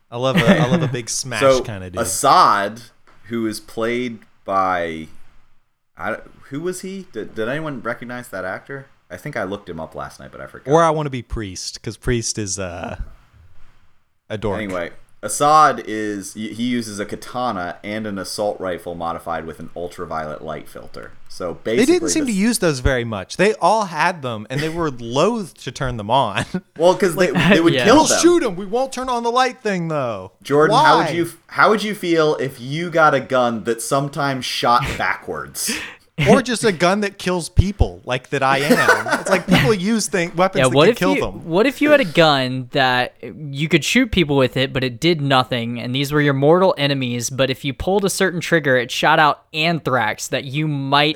I love a I love a big smash so kind of dude. Assad, who is played by, I, don't- who was he? Did, did anyone recognize that actor? I think I looked him up last night, but I forgot. or I want to be priest because priest is uh, a dork. Anyway, Assad is he he uses a katana and an assault rifle modified with an ultraviolet light filter. So they basically, didn't seem to this- use those very much. They all had them, and they were loath to turn them on. Well, because they, they would Yeah. kill we'll them. shoot them. We won't turn on the light thing though. Jordan, how would Why? you how would you feel if you got a gun that sometimes shot backwards? or just a gun that kills people like that I am. It's like people use thing weapons Yeah. that What can if kill you? them. What if you had a gun that you could shoot people with it, but it did nothing, and these were your mortal enemies? But if you pulled a certain trigger, it shot out anthrax that you might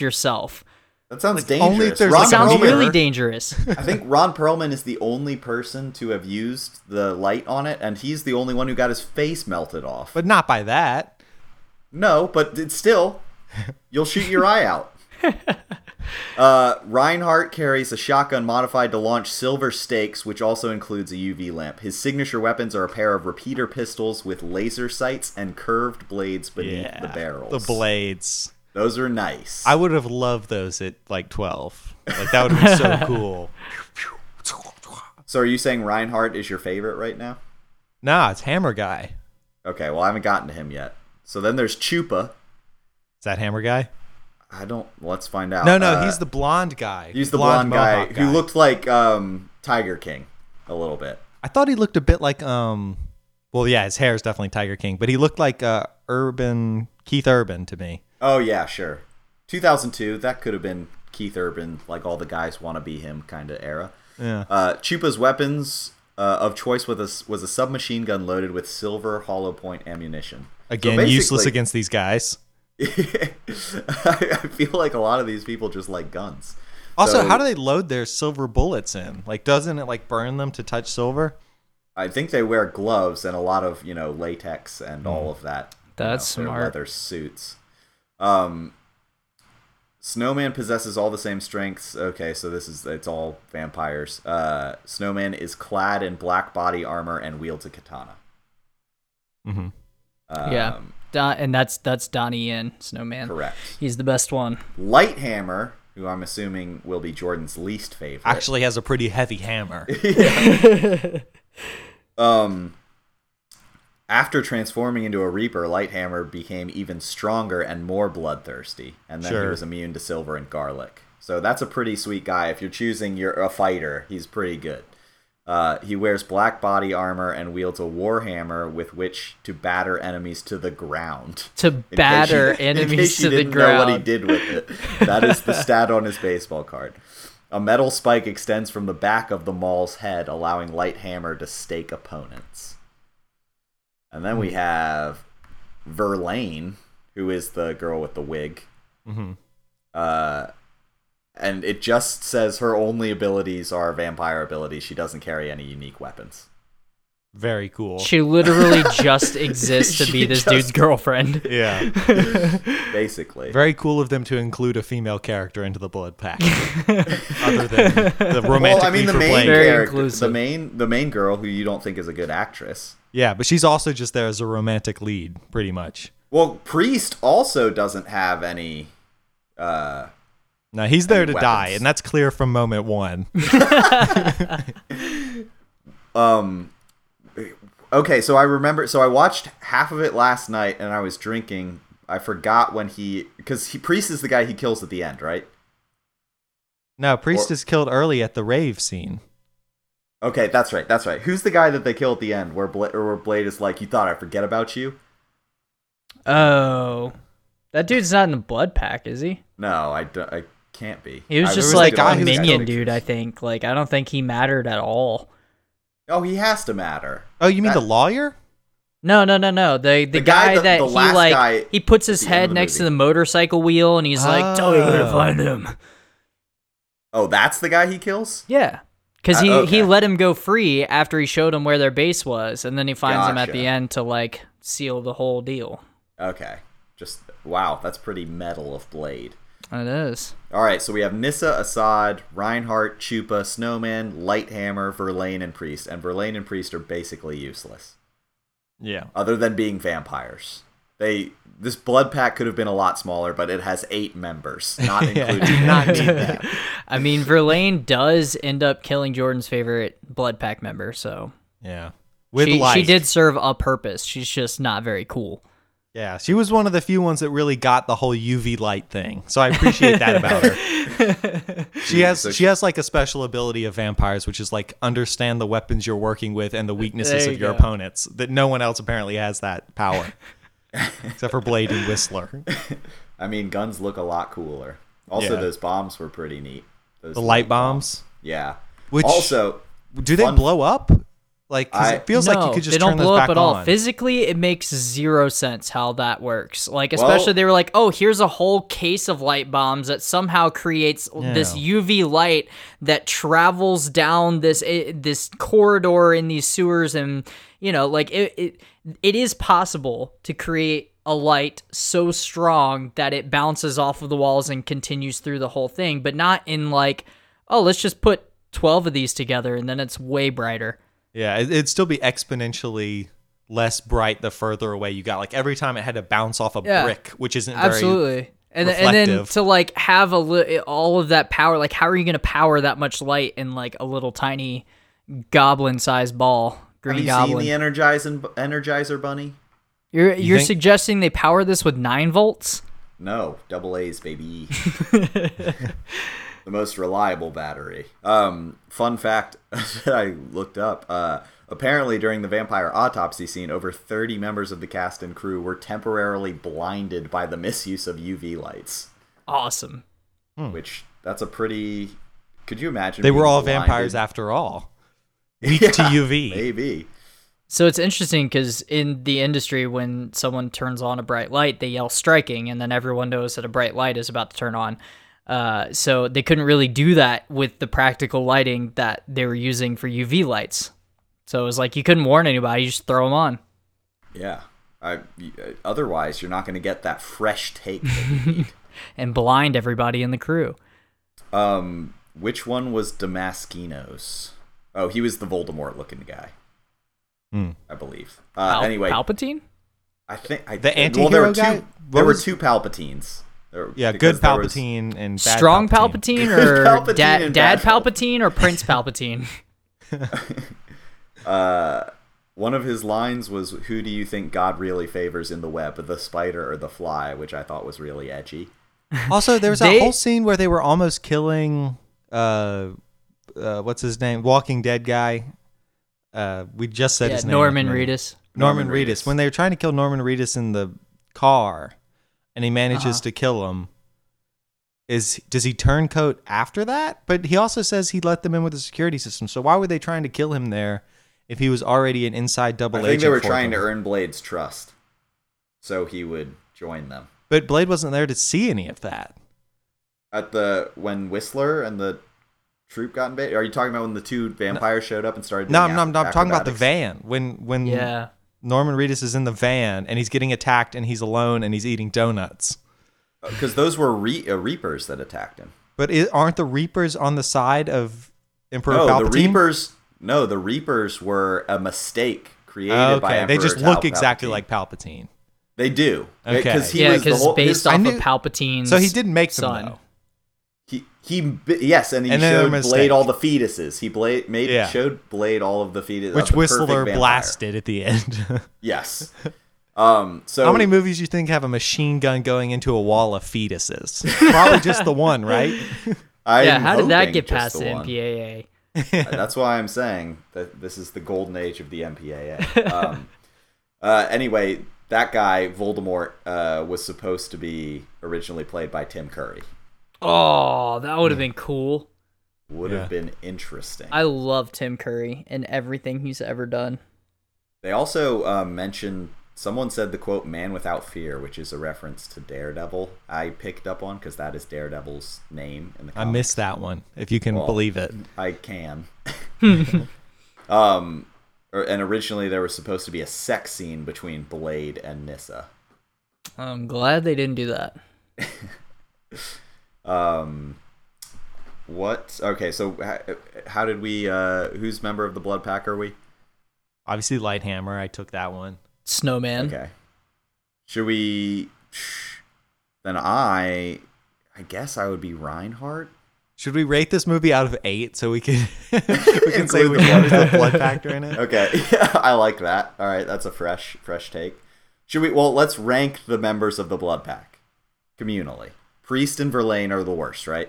yourself. That sounds dangerous. only if there's, Ron like, a Sounds Perlman- Computer. really dangerous. I think Ron Perlman is the only person to have used the light on it, and he's the only one who got his face melted off. But not by that. No, but it's still, you'll shoot your eye out. Uh, Reinhardt carries a shotgun modified to launch silver stakes, which also includes a UV lamp. His signature weapons are a pair of repeater pistols with laser sights and curved blades beneath Yeah, the barrels. the blades. Those are nice. I would have loved those at like twelve. Like that would have been so cool. so, are you saying Reinhardt is your favorite right now? Nah, it's Hammer Guy. Okay, well, I haven't gotten to him yet. So then there's Chupa. Is that Hammer Guy? I don't. Let's find out. No, no, Uh, he's the blonde guy. he's the blonde, guy, mohawk who looked like um, Tiger King a little bit. I thought he looked a bit like um. Well, yeah, his hair is definitely Tiger King, but he looked like uh, Urban Keith Urban to me. Oh yeah, sure. 2002. That could have been Keith Urban, like all the guys want to be him kind of era. Yeah. Uh, Chupa's weapons uh, of choice with us was a submachine gun loaded with silver hollow point ammunition. So Again, useless basically- against these guys. I I feel like a lot of these people just like guns. Also, So- how do they load their silver bullets in? Like, doesn't it like burn them to touch silver? I think they wear gloves and a lot of you know latex and all of that. you Mm-hmm. That's know, their smart. Leather suits. Um, Snowman possesses all the same strengths. Okay, so this is it's all vampires. Uh, Snowman is clad in black body armor and wields a katana. Mm-hmm. Um, yeah. Don, and that's that's Donnie Yen, Snowman. correct. He's the best one. Lighthammer, who I'm assuming will be Jordan's least favorite. Actually, has a pretty heavy hammer. Um, after transforming into a Reaper, Lighthammer became even stronger and more bloodthirsty, and then he Sure. was immune to silver and garlic. So that's a pretty sweet guy. If you're choosing you're a fighter, he's pretty good. Uh, he wears black body armor and wields a warhammer with which to batter enemies to the ground. To In case batter you- in enemies case you to the didn't know what he ground. did with it. That is the stat on his baseball card. A metal spike extends from the back of the maul's head, allowing Light Hammer to stake opponents. And then Hmm. we have Verlaine, who is the girl with the wig. Mm-hmm. Uh, and it just says her only abilities are vampire abilities. She doesn't carry any unique weapons. Very cool. She literally just exists to She be this just- dude's girlfriend. yeah. Basically. Very cool of them to include a female character into the blood pack, other than the romantic well, I mean the for main Blade. Very character, the inclusive. main the main girl who you don't think is a good actress. Yeah, but she's also just there as a romantic lead, pretty much. Well, Priest also doesn't have any. Uh, Now he's there And to weapons. die, and that's clear from moment one. um, okay, so I remember. So I watched half of it last night, and I was drinking. I forgot when he because he priest is the guy he kills at the end, right? No, Priest Or- is killed early at the rave scene. Okay, that's right. That's right. Who's the guy that they kill at the end? Where Bla- or where Blade is like, "You thought I forget about you." Oh, that dude's not in the blood pack, is he? No, I, don't, I can't be. He was I just was the like guy a who- minion dude. I think. Like I don't think he mattered at all. Oh, he has to matter. Oh, you mean That- the lawyer? No, no, no, no. The the, The guy guy, that- that the he last like guy he puts his at the end of head the next to movie. the motorcycle wheel and he's like, "Tell me where to Oh. find him." Oh, that's the guy he kills. Yeah, because Uh, he he okay. let him go free after he showed him where their base was, and then he finds him at Gotcha. the end to like seal the whole deal. Okay, just wow, that's pretty metal of Blade. It is. All right, so we have Nissa, Assad, Reinhardt, Chupa, Snowman, Lighthammer, Verlaine, and Priest. And Verlaine and Priest are basically useless, Yeah. other than being vampires. They this blood pack could have been a lot smaller, but it has eight members, not Yeah, including. do not need that. I mean, Verlaine does end up killing Jordan's favorite blood pack member, so Yeah. With she, life. she did serve a purpose. She's just not very cool. Yeah, she was one of the few ones that really got the whole UV light thing. So I appreciate that about her. She has she has like a special ability of vampires, which is like understand the weapons you're working with and the weaknesses There of you your go. opponents. That no one else apparently has that power. Except for Blade and Whistler. I mean, guns look a lot cooler. Also, Yeah. those bombs were pretty neat. Those The light bombs. Yeah. Which- also, Do they Fun- blow up? Like 'cause I- it feels like you No, could just they don't turn blow those up back at all. on. Physically, it makes zero sense how that works. Like, Well- especially they were like, "Oh, here's a whole case of light bombs that somehow creates this Yeah. UV light that travels down this eh, this corridor in these sewers, and you know, like it it, it is possible to create." A light so strong that it bounces off of the walls and continues through the whole thing, but not in like, oh, let's just put 12 of these together and then it's way brighter. Yeah, it- it'd still be exponentially less bright the further away you got. Like every time it had to bounce off a Yeah. brick, which isn't very absolutely and, th- and then reflective. to like have a li- eh, all of that power like how are you going to power that much light in like a little tiny goblin sized ball green have you goblin seen the Energizing Energizer Bunny? you're you're think- suggesting they power this with 9 volts No, double A's, baby. the most reliable battery. Um, fun fact that I looked up. Uh, apparently, during the vampire autopsy scene, over 30 members of the cast and crew were temporarily blinded by the misuse of UV lights. awesome Which that's a pretty. Could you imagine? Hmm. They were being all vampires blinded? after all. Weak to UV. Maybe. so it's interesting because in the industry when someone turns on a bright light they yell striking and then everyone knows that a bright light is about to turn on uh, so they couldn't really do that with the practical lighting that they were using for uv lights so it was like you couldn't warn anybody you just throw them on Yeah. I, y- uh, otherwise, you're not going to get that fresh take. that you and blind everybody in the crew. Um, which one was Damaskinos? Oh, he was the Voldemort looking guy, Hmm. I believe. Uh, Pal- anyway, Palpatine? I think I, The well, there were antihero two. guy? There What were was- two Palpatines. There- Yeah, good because there was- Palpatine and bad Strong Palpatine, or Palpatine Dad, and Dad bad Palpatine, or Prince Palpatine? uh, one of his lines was, "Who do you think God really favors in the web, the spider or the fly?" Which I thought was really edgy. Also, there was They- that whole scene where they were almost killing, uh, uh, what's his name, Walking Dead guy. Uh, we just said yeah, his name. Norman Reedus. Reedus. Norman Norman Reedus. Reedus. When they were trying to kill Norman Reedus in the car, and he manages Uh-huh. to kill him, is does he turn coat after that? But he also says he let them in with the security system. So why were they trying to kill him there if he was already an inside double I agent? think they were for trying to them? earn Blade's trust, so he would join them But Blade wasn't there to see any of that. at the when Whistler and the troop got invaded. Are you talking about when the two vampires showed up and started? No, doing I'm, I'm, I'm ac- talking about the acrobatics? van when when Yeah. Norman Reedus is in the van and he's getting attacked and he's alone and he's eating donuts. because those were re- uh, reapers that attacked him. But i aren't the Reapers on the side of Emperor no, Palpatine? the reapers. No, the reapers were a mistake created by Okay, they Emperor just Tal- look exactly Palpatine. like Palpatine. they do. Okay. because he yeah, was the because whole, based his- I off knew- of Palpatine's So he did make them son. though. he, He b- yes, and he And another showed Blade mistake. all the fetuses. He Blade made Yeah. showed Blade all of the fetuses. which Whistler blasted at the end. Yes. Um. So How many movies do you think have a machine gun going into a wall of fetuses? Probably just the one, right? I'm yeah, how did that hoping get just past the one. MPAA? That's why I'm saying that this is the golden age of the MPAA. Um, uh, anyway, that guy Voldemort uh, was supposed to be originally played by Tim Curry. Oh, that would have been cool. Would Yeah. have been interesting. I love Tim Curry and everything he's ever done. They also uh, mentioned someone said the quote "Man without fear," which is a reference to Daredevil. I picked up on because that is Daredevil's name in the. I Comic. missed that one, if you can Well, believe it. I can. Hmm. um, or, and originally there was supposed to be a sex scene between Blade and Nissa. I'm glad they didn't do that. Um, what? Okay, so how, how did we? Uh, whose member of the Blood Pack are we? Obviously, Lighthammer. I took that one. Snowman. Okay. Should we? Then I, I guess I would be Reinhardt. Should we rate this movie out of eight so we can we can say Include we the counted blood the blood factor in it? Okay, yeah, I like that. All right, that's a fresh, fresh take. Should we? Well, let's rank the members of the Blood Pack communally. Priest and Verlaine are the worst, right?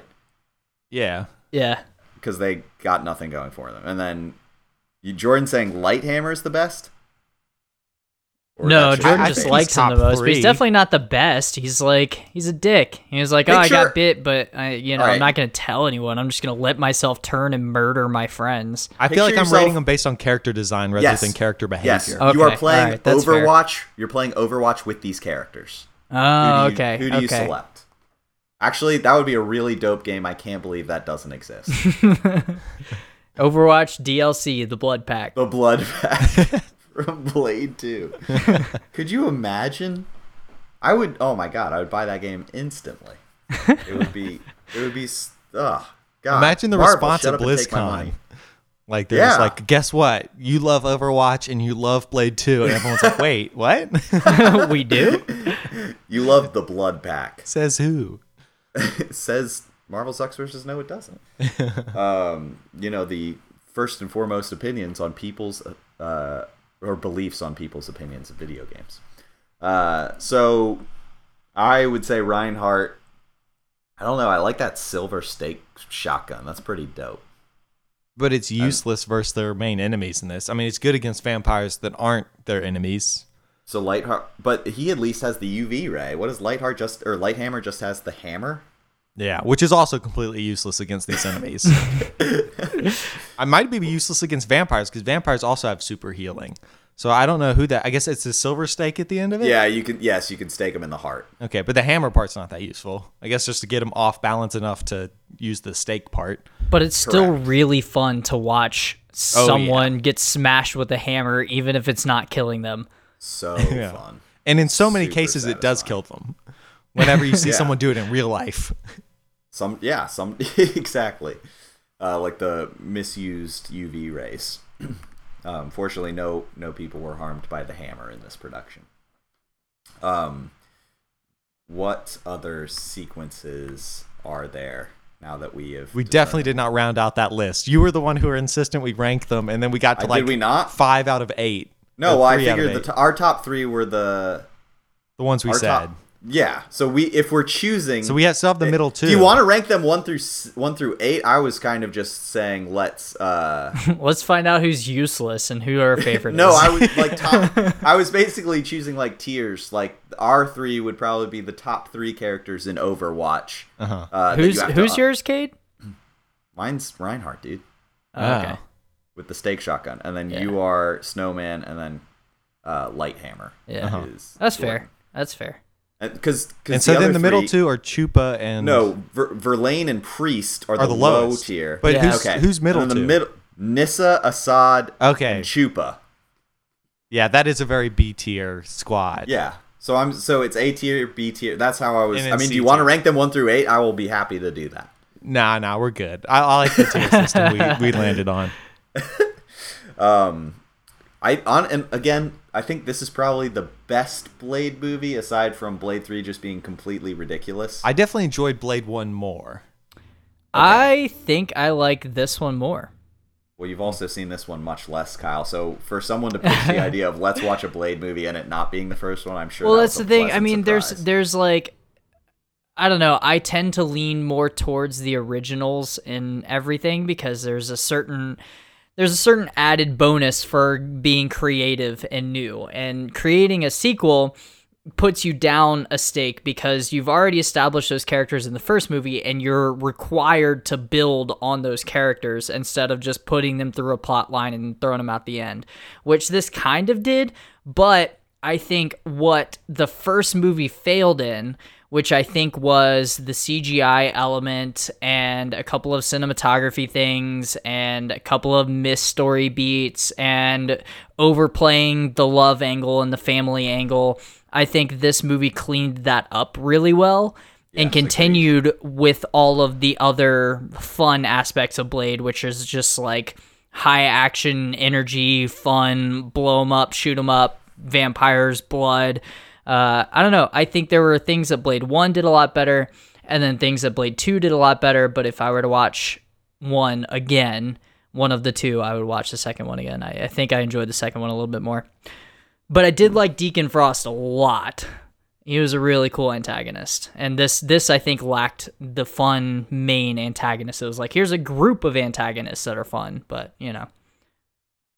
Yeah. Yeah. Because they got nothing going for them. And then you, Jordan saying Lighthammer is the best. Or no, that's Jordan I just think likes he's him the top most, but he's three. definitely not the best. He's like he's a dick. He was like, Make oh, I sure- got bit, but I, you know, All right. I'm not gonna tell anyone. I'm just gonna let myself turn and murder my friends. I feel like Picture I'm yourself- rating them based on character design rather Yes. than character behavior. Yes, Okay, you are playing alright, that's fair. Overwatch. You're playing Overwatch with these characters. Who do Oh, you- okay. Who do okay. you select? Actually, that would be a really dope game. I can't believe that doesn't exist. Overwatch DLC, the Blood Pack. the blood pack from Blade 2. Could you imagine? I would oh my god, I would buy that game instantly. It would be it would be ugh, god. Imagine the Marvel, response shut at up and take my money. BlizzCon. Like they're just Yeah. like, guess what? You love Overwatch and you love Blade 2. And everyone's like, wait, what? we do. You love the blood pack. Says who? It says Marvel sucks versus no it doesn't. um, you know, the first and foremost opinions on people's uh or beliefs on people's opinions of video games. Uh, so I would say Reinhardt. I don't know. I like that silver stake shotgun. That's pretty dope. But it's useless versus their main enemies in this. I mean, it's good against vampires that aren't their enemies. So Lightheart, but he at least has the UV ray. What is Lightheart just or Lighthammer just has the hammer? Yeah, which is also completely useless against these enemies. I might be useless against vampires because vampires also have super healing. So I don't know who that. I guess it's the silver stake at the end of it. Yeah, you can. Yes, you can stake him in the heart. Okay, but the hammer part's not that useful. I guess just to get him off balance enough to use the stake part. But it's still really fun to watch Oh, yeah. someone get smashed with a hammer, even if it's not killing them. So fun. And in so many Super cases, it does kill them. Whenever you see Yeah. someone do it in real life, Some yeah, some exactly. Uh, like the misused UV rays. um, fortunately, no no people were harmed by the hammer in this production. Um, what other sequences are there now that we have? we determined- definitely did not round out that list. You were the one who were insistent we rank them, and then we got to I- like did we not? five out of eight. No, Or well, I three out of figured the eight. t- our top three were the the ones we our said. top. Yeah, so we if we're choosing, So we have, still have the middle two. Do you want to rank them one through s- one through eight? I was kind of just saying let's. uh Let's find out who's useless and who our favorite No, is. I was like top. I was basically choosing like tiers. Like our three would probably be the top three characters in Overwatch. Uh-huh. Uh, that you who's have to who's up. yours, Cade? Mine's Reinhardt, dude, Oh, Oh. okay. with the stake shotgun, and then you are Snowman, and then uh, Lighthammer. Yeah. Uh-huh. That's fair. That's fair. Because And so then the middle two are Chupa and No, Ver, Verlaine and Priest are, are the, the low lowest tier. But Yeah. who's okay, who's middle and then two? The middle Nissa, Assad, okay, and Chupa. yeah, that is a very B tier squad. Yeah. So I'm so it's A tier, B tier. That's how I was. And I then mean, do C you want to tier. rank them one through eight? I will be happy to do that. Nah, nah, we're good. I, I like the tier system we, we landed on. I on and again, I think this is probably the best Blade movie aside from Blade Three just being completely ridiculous. I definitely enjoyed Blade One more. I think I like this one more. Well, you've also seen this one much less, Kyle. So for someone to pitch the idea of let's watch a Blade movie and it not being the first one, I'm sure. well, that that's was the a thing. I pleasant mean, there's surprise. there's like I don't know. I tend to lean more towards the originals in everything because there's a certain there's a certain added bonus for being creative and new. And creating a sequel puts you down a stake because you've already established those characters in the first movie and you're required to build on those characters instead of just putting them through a plot line and throwing them out the end, which this kind of did, but I think what the first movie failed in, which I think was the CGI element and a couple of cinematography things and a couple of missed story beats and overplaying the love angle and the family angle. I think this movie cleaned that up really well and continued with all of the other fun aspects of Blade, which is just like high action, energy, fun, blow 'em up, shoot 'em up, vampires, blood. Uh, I don't know. I think there were things that Blade 1 did a lot better, and then things that Blade 2 did a lot better. But if I were to watch one again, one of the two, I would watch the second one again. I, I think I enjoyed the second one a little bit more. But I did like Deacon Frost a lot. He was a really cool antagonist. And this this I think lacked the fun main antagonist. It was like here's a group of antagonists that are fun, but you know.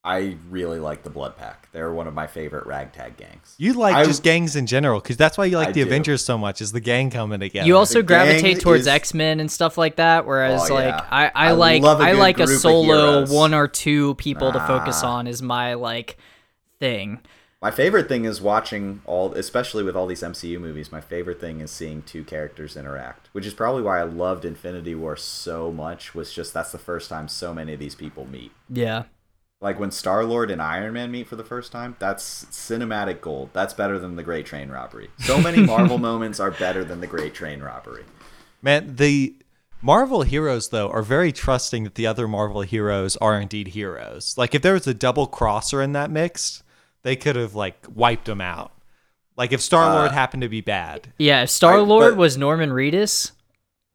I really like the Blood Pack. They're one of my favorite ragtag gangs. You like I- just gangs in general because that's why you like I the do. Avengers so much is the gang coming together. you also the gang gravitate towards is- X-Men and stuff like that whereas Oh, like yeah. I, I I like love a I good like a group of solo heroes. Ah. one or two people to focus Nah. on is my like thing. My favorite thing is watching all, especially with all these MCU movies. My favorite thing is seeing two characters interact, which is probably why I loved Infinity War so much. Was just that's the first time so many of these people meet. Yeah. Like when Star Lord and Iron Man meet for the first time, that's cinematic gold. That's better than the Great Train Robbery. So many Marvel moments are better than the Great Train Robbery. Man, the Marvel heroes though are very trusting that the other Marvel heroes are indeed heroes. Like if there was a double crosser in that mix, they could have like wiped them out. Like if Star Uh, Lord happened to be bad, Yeah, if Star-Lord but- was Norman Reedus,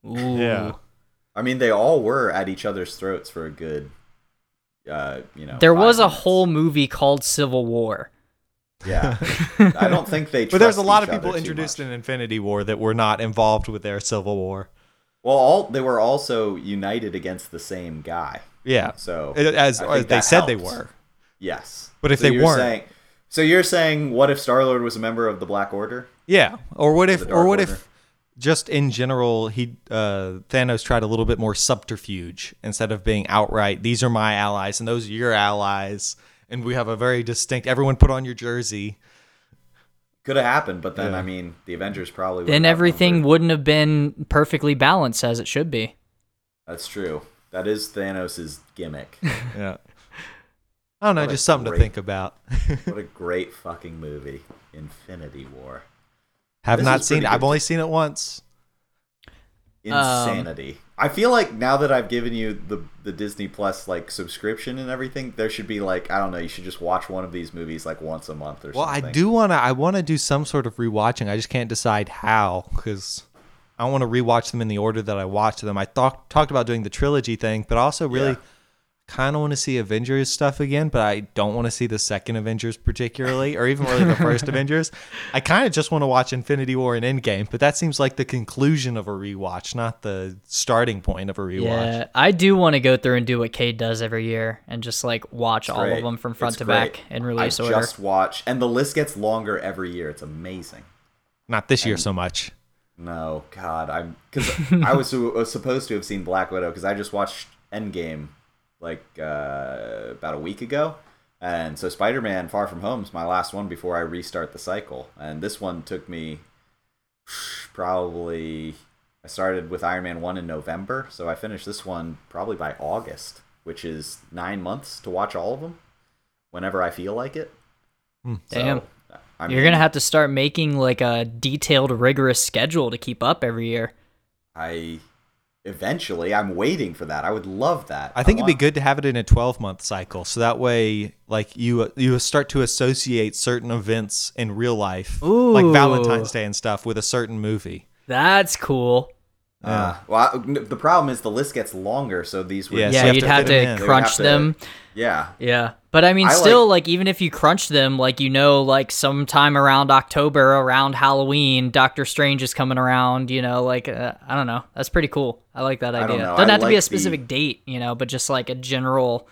ooh. Yeah. I mean, they all were at each other's throats for a good, uh, you know. There five was a minutes. whole movie called Civil War. Yeah, I don't think they. but there's a trust lot each of people other too introduced much. in Infinity War that were not involved with their Civil War. Well, all they were also united against the same guy. Yeah, So, It- as, I as think they that said they helps. were. Yes, But if they you're weren't- saying- so you're saying, what if Star Lord was a member of the Black Order? Yeah, or what if, Oh, the or Dark what Order. if, just in general, he uh, Thanos tried a little bit more subterfuge instead of being outright. These are my allies, and those are your allies, and we have a very distinct. Everyone, put on your jersey. Could have happened, but then I mean, the Avengers probably. would've Then everything outnumbered. wouldn't have been perfectly balanced as it should be. That's true. That is Thanos' gimmick. Yeah, I don't know, What a just something great- to think about. what a great fucking movie, Infinity War. have This not is seen. pretty it. I've good. only seen it once. Um, insanity. I feel like now that I've given you the the Disney Plus like subscription and everything, there should be like I don't know, you should just watch one of these movies like once a month or Well, I something. do want to. I want to do some sort of rewatching. I just can't decide how because I want to rewatch them in the order that I watched them. I thought talked about doing the trilogy thing, but I also really Yeah. kind of want to see Avengers stuff again. But I don't want to see the second Avengers particularly, or even really the first Avengers. I kind of just want to watch Infinity War and Endgame, but that seems like the conclusion of a rewatch, not the starting point of a rewatch. Yeah, I do want to go through and do what Cade does every year and just like watch all of Great. them from front It's to great. back in release I order. Just watch, and the list gets longer every year. It's amazing. Not this year so much. No, God, I'm because I was, was supposed to have seen Black Widow because I just watched Endgame like uh, about a week ago, and so Spider Man Far From Home is my last one before I restart the cycle, and this one took me probably I started with Iron Man one in November, so I finished this one probably by August, which is nine months to watch all of them whenever I feel like it. Damn. So, I You're gonna mean, have to start making like a detailed, rigorous schedule to keep up every year. I eventually I'm waiting for that. I would love that. Uh, I think it'd be want- good to have it in a 12 month cycle. So that way, like you, you start to associate certain events in real life, like Ooh. Valentine's Day and stuff, with a certain movie. That's cool. Uh, well, I, the problem is the list gets longer, so these would Yes, yeah, you have you'd to have fit 'em to, in. You'd crunch have to- them. yeah. Yeah. But I mean, I still, like, even if you crunch them, like, you know, like, sometime around October, around Halloween, Doctor Strange is coming around, you know, like, uh, I don't know. That's pretty cool. I like that idea. don't know. Doesn't I have to be a like the- specific date, you know, but just like a general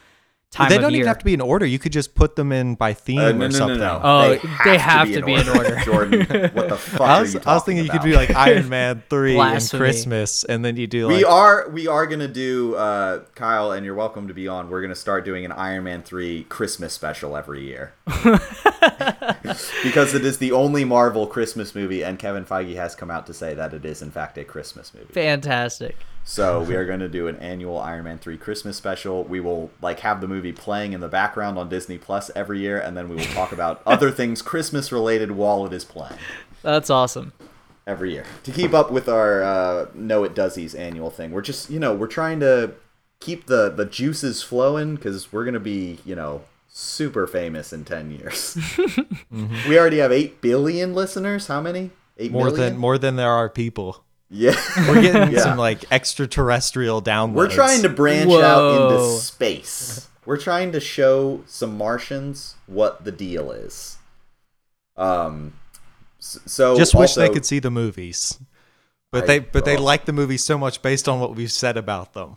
time they of don't year. even have to be in order. You could just put them in by theme Uh, no, or no, no, something. no. Oh, they have to be in order. Jordan, what the fuck I are was, you I was talking thinking you about? could do like Iron Man three and Blasphemy. Christmas, and then you do like We are we are gonna do uh, Kyle, and you're welcome to be on. We're gonna start doing an Iron Man three Christmas special every year because it is the only Marvel Christmas movie, and Kevin Feige has come out to say that it is in fact a Christmas movie. Fantastic. So we are gonna do an annual Iron Man three Christmas special. We will like have the movie playing in the background on Disney Plus every year, and then we will talk about other things Christmas related while it is playing That's awesome. every year to keep up with our uh, No It Doesies annual thing. We're just you know we're trying to keep the the juices flowing because we're gonna be you know super famous in ten years. We already have eight billion listeners. How many? Eight more than million? more than there are people. Yeah, We're getting Yeah. some like extraterrestrial downloads. we're trying to branch out into Whoa. space. We're trying to show some Martians what the deal is. Um, s- so just wish they also- could see the movies, but I- they but they oh. like the movies so much based on what we've said about them.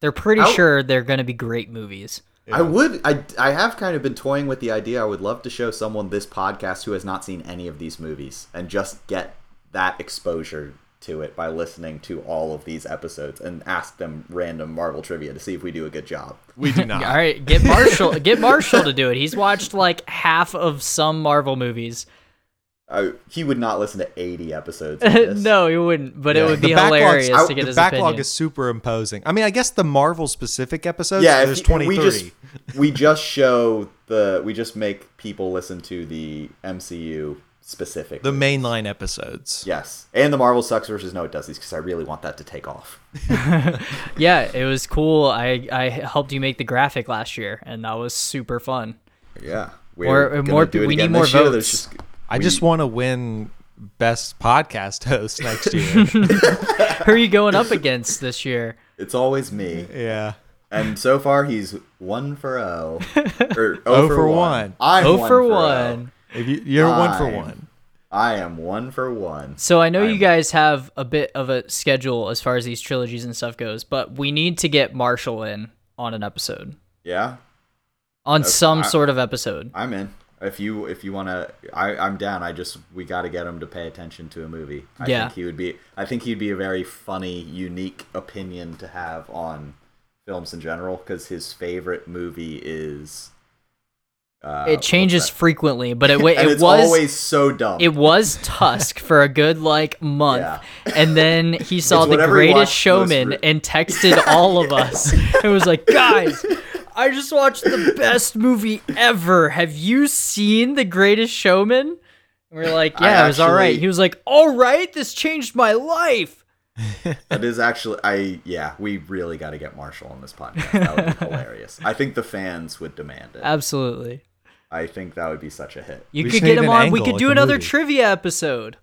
They're pretty How- sure they're going to be great movies. I would. I, I have kind of been toying with the idea. I would love to show someone this podcast who has not seen any of these movies and just get that exposure to it by listening to all of these episodes and ask them random Marvel trivia to see if we do a good job. We do not. All right, get Marshall, get Marshall to do it. He's watched like half of some Marvel movies. I, he would not listen to 80 episodes. Of this. no, he wouldn't. But it would The be backlog's- hilarious I- to get the his backlog opinion. is super imposing. I mean, I guess the Marvel specific episodes. Yeah, if there's you- if twenty we three. just we just show the we just make people listen to the MCU specific. the mainline episodes. yes, and the Marvel sucks versus no, it does these because I really want that to take off. Yeah, it was cool. I I helped you make the graphic last year, and that was super fun. Yeah. Or- or gonna more do it pe- we again need more this year. There's votes. just- I just want to win best podcast host next year. Who are you going up against this year? It's always me. yeah. And so far, he's one for oh. Or Oh oh for for one. one. I'm Oh one for oh. one. If you, you're one for Fine. one. I am one for one. So I know you guys have a bit of a schedule as far as these trilogies and stuff goes, but we need to get Marshall in on an episode, Yeah, on some I- sort of episode. I'm in. If you if you wanna, I I'm down. I just we got to get him to pay attention to a movie. I Yeah. think he would be. I think he'd be a very funny, unique opinion to have on films in general because his favorite movie is. Uh, it changes frequently, but it wa- and it it's was always so dumb. it was Tusk for a good like month, Yeah. and then he saw It's the whatever he Greatest watched most Showman re- and texted all of us. It was like, guys, I just watched the best movie ever. Have you seen the Greatest Showman? And we are like, I yeah, it was all right. actually- He was like, all right, this changed my life. That is actually, I yeah, we really got to get Marshall on this podcast. That would be hilarious. I think the fans would demand Uh, it. Absolutely, I think that would be such a hit. you We could just get need him an on. We angle could at do the another movie. trivia episode.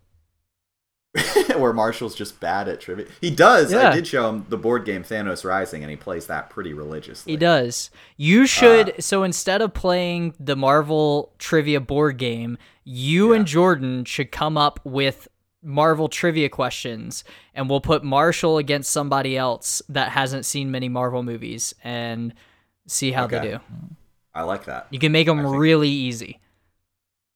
Where Marshall's just bad at trivia. He does. Yeah. I did show him the board game Thanos Rising, and he plays that pretty religiously. He does. You should. so instead of playing the Marvel trivia board game, you and Jordan should come up with Marvel trivia questions, and we'll put Marshall against somebody else that hasn't seen many Marvel movies and see how they Okay. do. I like that. You can make them really easy.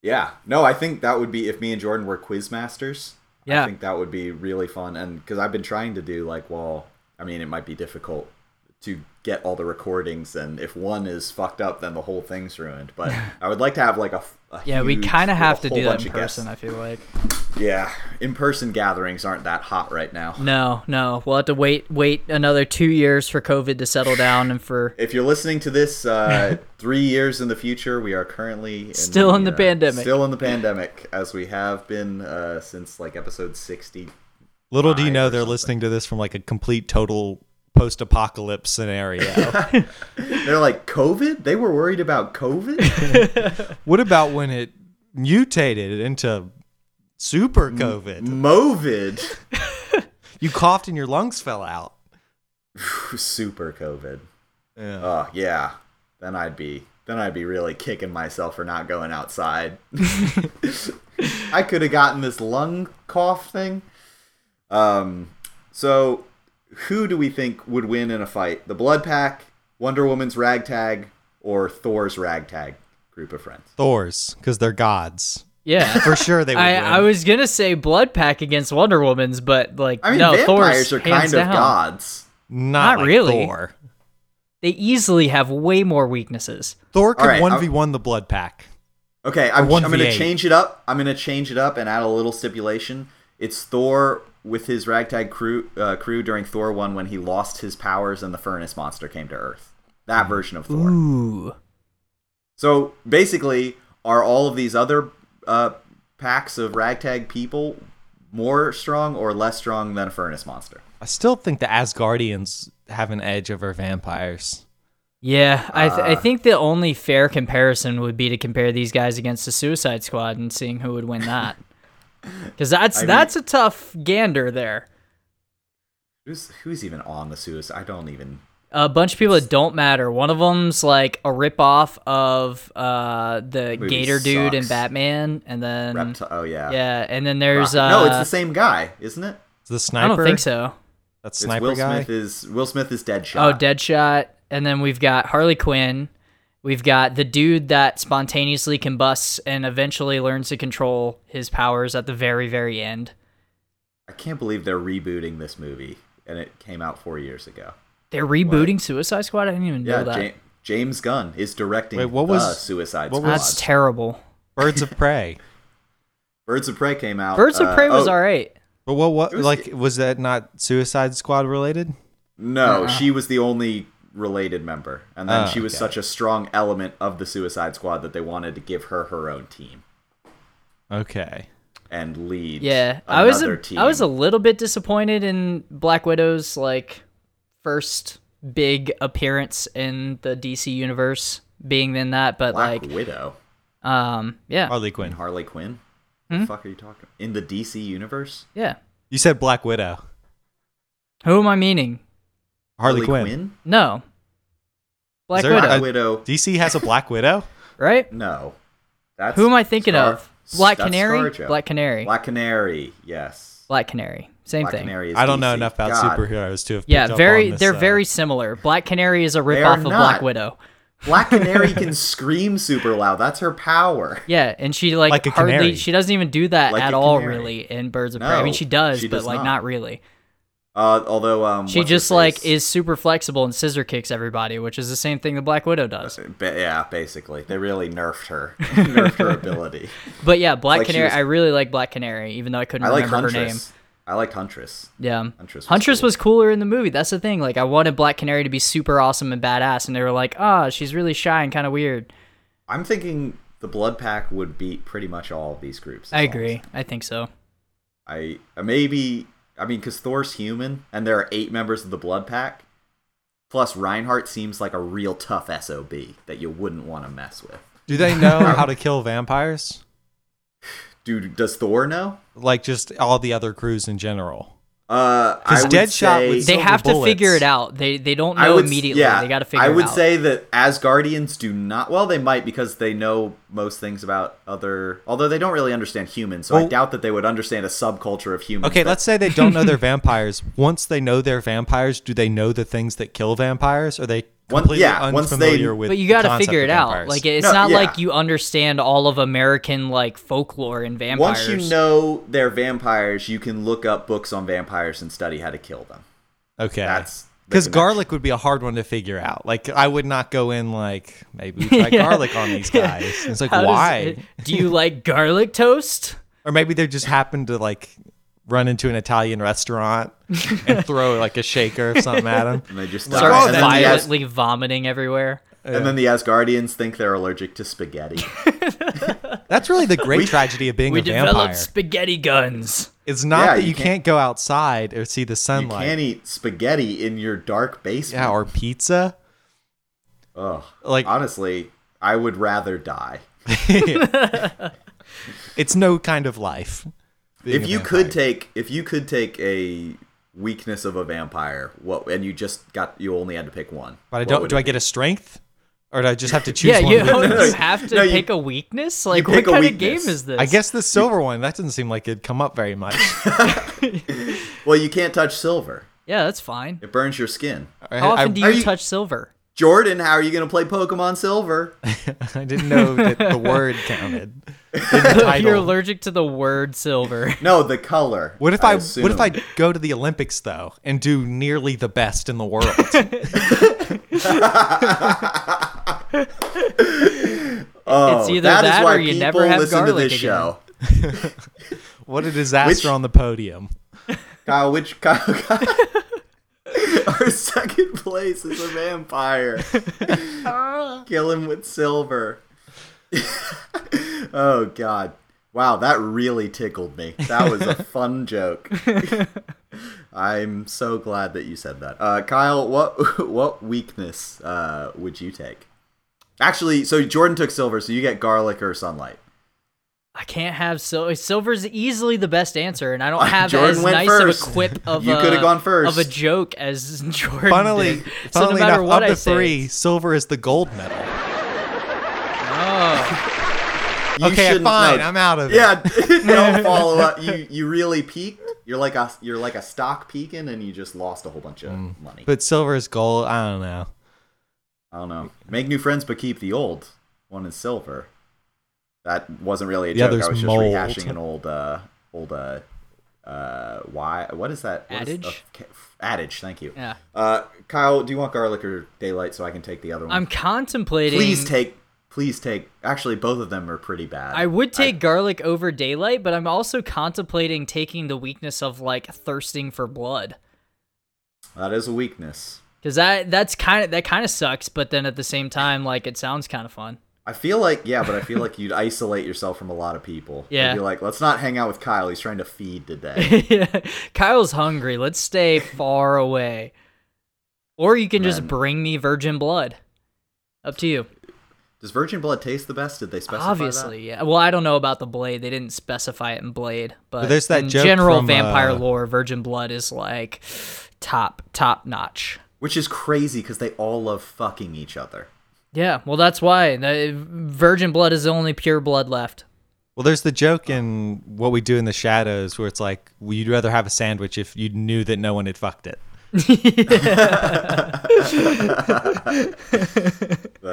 Yeah. No, I think that would be if me and Jordan were quiz masters. Yeah. I think that would be really fun, and because I've been trying to do like, well, I mean, it might be difficult to get all the recordings, and if one is fucked up, then the whole thing's ruined. But I would like to have like a, f- a Yeah, we huge- kind a of have to whole do that bunch in of guests. person. I feel like Yeah, in-person gatherings aren't that hot right now. no, no. We'll have to wait, wait another two years for COVID to settle down and for If you're listening to this uh, three years in the future, we are currently in Still in the uh, pandemic. Still in the pandemic, as we have been uh, since like episode sixty. Little do you Five know or they're something. listening to this from like a complete total post-apocalypse scenario. They're like COVID. They were worried about COVID. What about when it Mm, mutated into super COVID? Movid. You You coughed and your lungs fell out. Super COVID. Yeah. Oh yeah. Then I'd be then I'd be really kicking myself for not going outside. I could have gotten this lung cough thing. Um so who do we think would win in a fight? The Blood Pack, Wonder Woman's ragtag, or Thor's ragtag group of friends? Thor's, because they're gods. Yeah. For sure they would I, win. I was gonna say Blood Pack against Wonder Woman's, but like I mean no, vampires Thor's are kind hands of down. gods. not not like really. Thor. They easily have way more weaknesses. Thor All could right, one I'm- v one the Blood Pack. Okay, I'm, Or I'm gonna 1v8. change it up. I'm gonna change it up and add a little stipulation. It's Thor with his ragtag crew uh, crew during Thor one when he lost his powers and the furnace monster came to Earth. Mm. That version of Thor. Ooh. So basically, are all of these other uh, packs of ragtag people more strong or less strong than a furnace monster? I still think the Asgardians have an edge over vampires. Yeah, I, th- Uh. I think the only fair comparison would be to compare these guys against the Suicide Squad and seeing who would win that. Because that's I mean- that's a tough gander there. Who's who's even on the suicide? I don't even. A bunch of people that don't matter. One of them's like a ripoff of uh, the Movie Gator dude in sucks. Batman, and then Repti- oh yeah. yeah, and then there's uh, no, it's the same guy, isn't it? The sniper. I don't think so. That It's sniper Will guy. Smith is Will Smith is Deadshot. Oh, Deadshot, and then we've got Harley Quinn. We've got the dude that spontaneously combusts and eventually learns to control his powers at the very, very end. I can't believe they're rebooting this movie, and it came out four years ago. They're rebooting Suicide Squad. I didn't even Yeah, know that. Ja- James Gunn is directing Wait, what the was- Suicide what Squad. was- That's terrible. Birds of Prey. Birds of Prey came out. Birds of uh, Prey was oh, all right. But what, what It was- like was that not Suicide Squad related? No, Uh-uh. she was the only related member, and then Oh, she was okay. such a strong element of the Suicide Squad that they wanted to give her her own team Okay. and lead. Yeah, another I was a, team. I was a little bit disappointed in Black Widow's like first big appearance in the DC universe being in that, but Black like Widow um yeah. Harley and Quinn. Harley Quinn. Hmm? The fuck are you talking? In the DC universe, Yeah. You said Black Widow. Who am I meaning? Harley, Quinn. No. Black there- Widow, Black Uh, Widow. DC has a Black Widow. right? No, that's Who am I thinking Scar- of? Black that's Canary? ScarJo. Black Canary. Black, Black Canary. Yes. Canary. Same Black thing. Canary is I don't know DC. enough about God. superheroes to have. picked Yeah, up very on this, they're uh, very similar. Black Canary is a ripoff of Black not. Widow. Black Canary can scream super loud. That's her power. Yeah, and she like, Like a hardly canary. she doesn't even do that Like at a all canary. really in Birds of Prey. I mean No, she does, she but does like not. not really. Uh, although um, She what's just her like face? is super flexible and scissor kicks everybody, which is the same thing that Black Widow does. Ba- yeah, basically, they really nerfed her, nerfed her ability. But yeah, Black like she Canary was- I really like Black Canary, even though I couldn't I like remember her name. Huntress. I like Huntress. Yeah. Huntress was cool. was cooler in the movie. That's the thing. Like, I wanted Black Canary to be super awesome and badass, and they were like, ah, she's really shy and kind of weird. I'm thinking the Blood Pack would beat pretty much all of these groups. I as well. agree. I think so. I uh, maybe I mean because Thor's human, and there are eight members of the Blood Pack. Plus, Reinhardt seems like a real tough sob that you wouldn't want to mess with. Do they know how to kill vampires? Dude, does Thor know? Like just all the other crews in general. Uh, I 'Cause would Deadshot say- would They Silver have to bullets. figure it out. They they don't I know would, immediately. Yeah, they got to figure I it out. would say that Asgardians do not. Well, they might because they know most things about other. Although they don't really understand humans, so I Well- doubt that they would understand a subculture of humans. Oh. Okay, that- let's say they don't know they're vampires. Once they know they're vampires, do they know the things that kill vampires? Are they Once- completely yeah, once they- unfamiliar with? But you got to figure it out. Like, it's No, not yeah. like you understand all of American, like, folklore and Once vampires. you know they're vampires, you can look up books on vampires and study how to kill them. okay, That's the because connection. garlic would be a hard one to figure out. Like I would not go in like maybe we try garlic on these guys. And it's like How does why? it- do you like garlic toast? Or maybe they just happen to like run into an Italian restaurant and throw like a shaker or something at them. And they just Start die. Oh, Start and, then the As- violently vomiting everywhere. and then the Asgardians think they're allergic to spaghetti. That's really the great tragedy of being We a vampire. developed spaghetti guns. it's not Yeah, that you you, can't- can't, go outside or see the you sunlight. can't eat spaghetti in your dark basement. yeah, or pizza. Ugh. Like honestly, I would rather die. it's no kind of life. being if a you could vampire. take if you could take a weakness of a vampire. What and you just got you only had to pick one. But I What don't. would Do it I get a strength, or do I just have to choose yeah, one? you, weakness? you have to No, you- pick a weakness. Like, what pick a kind of game weakness. is this? I guess the silver one. That doesn't seem like it'd come up very much. be? Well, you can't touch silver. Yeah, that's fine. It burns your skin. How I, often do you, are you- touch silver? Jordan, how are you going to play Pokemon Silver? I didn't know that the word counted. in the You're title. allergic to the word silver. No, the color. What if I, what assume. if I go to the Olympics though and do nearly the best in the world? Oh, It's either is that why or you people never have listen to garlic this again. show. what a disaster Which- on the podium. Kyle, which Kyle, Kyle Our second place is a vampire. Kill him with silver. oh god. Wow, that really tickled me. That was a fun joke. I'm so glad that you said that. Uh, Kyle, what what weakness uh, would you take? Actually, so Jordan took silver, so you get garlic or sunlight. I can't have silver. Silver's easily the best answer, and I don't have Jordan as went nice first. of a quip of You a, coulda gone first. of a joke as Jordan. Funnily, did. so funnily no matter enough, what of I the say, three, it's- silver is the gold medal. Oh, You okay, shouldn't- fine, no. I'm out of it. Yeah, don't follow up. You you really peaked. You're like a you're like a stock peaking, and you just lost a whole bunch of money. Mm. But silver is gold. I don't know. I don't know. Make new friends, but keep the old. One is silver. That wasn't really a The joke. other's I was just mold. rehashing an old uh old uh uh why what is that what is- Adage? uh, adage. Thank you. yeah. Uh, Kyle, do you want garlic or daylight so I can take the other one? I'm contemplating. please take. Please take. Actually, both of them are pretty bad. I would take garlic over daylight, but I'm also contemplating taking the weakness of like thirsting for blood. that is a weakness. Cause that that's kind of that kind of sucks, but then at the same time, like it sounds kind of fun. I feel like yeah, but I feel like you'd isolate yourself from a lot of people. Yeah. You'd be like, let's not hang out with Kyle. He's trying to feed today. Kyle's hungry. Let's stay far away. Or you can just Man. bring me virgin blood. Up to you. Does virgin blood taste the best? Did they specify Obviously, yeah. Well, I don't know about the blade. They didn't specify it in blade, but, But there's that in joke general from, vampire uh, lore, virgin blood is like top top notch. that? Which is crazy because they all love fucking each other. Yeah, well, that's why the virgin blood is the only pure blood left. Well, there's the joke in what we do in the shadows where it's like, well, you'd rather have a sandwich if you knew that no one had fucked it. That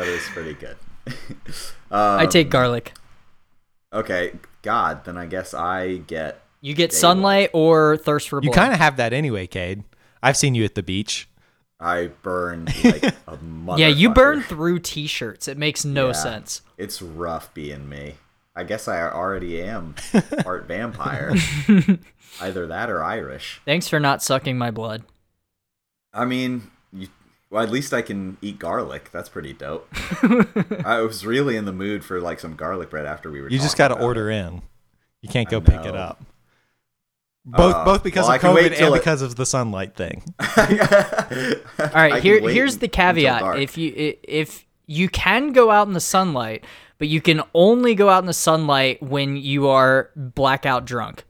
is pretty good. Uh, Um, I take garlic. Okay, God, then I guess I get. You get sunlight or thirst for blood. You kind of have that anyway, Cade. I've seen you at the beach. I burn like a mother. yeah, you burn through t-shirts. It makes no sense. It's rough being me. I guess I already am part vampire. Either that or Irish. Thanks for not sucking my blood. I mean, you, well, at least I can eat garlic. That's pretty dope. I was really in the mood for like some garlic bread after we were. You just got talking to about order in. You can't go Oh, I pick it know. up. Both Uh, both because well, I of can wait COVID till and it- because of the sunlight thing. it. All I right, can here wait here's the un- until caveat. dark. If you i- if you can go out in the sunlight, but you can only go out in the sunlight when you are blackout drunk.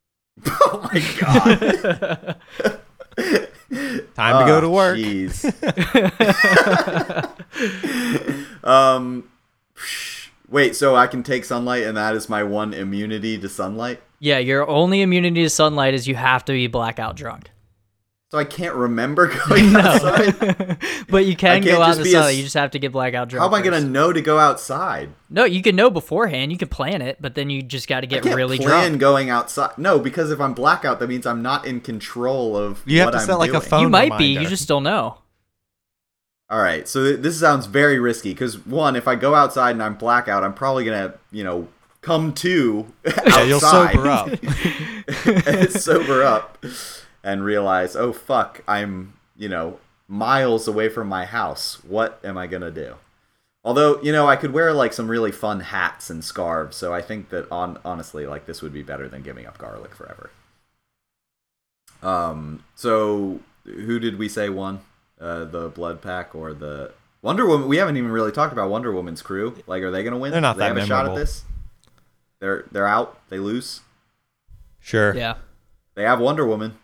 oh my god, Time to go to Oh, work. Jeez. um, wait. So I can take sunlight, and that is my one immunity to sunlight. Yeah, your only immunity to sunlight is you have to be blackout drunk. So I can't remember going outside. But you can can't go out just in be the a sunlight. s- You just have to get blackout drunk. How am I gonna first. know to go outside? No, you can know beforehand. You can plan it, but then you just got to get can't really plan drunk. going outside. No, because if I'm blackout, that means I'm not in control of. You have what to I'm set, like, a doing. phone- You might be. reminder. You just don't know. All right, so th- this sounds very risky because one, if I go outside and I'm blackout, I'm probably gonna, you know, come to outside. Yeah, you'll sober up. sober up, and realize, oh fuck, I'm, you know, miles away from my house. What am I gonna do? Although, you know, I could wear like some really fun hats and scarves, so I think that on honestly, like this would be better than giving up garlic forever. Um, so who did we say won? Uh, the Blood Pack or the Wonder Woman? We haven't even really talked about Wonder Woman's crew. Like, are they gonna win? They're not Do they that have a shot memorable. at this. They're they're out. They lose. Sure. Yeah. They have Wonder Woman.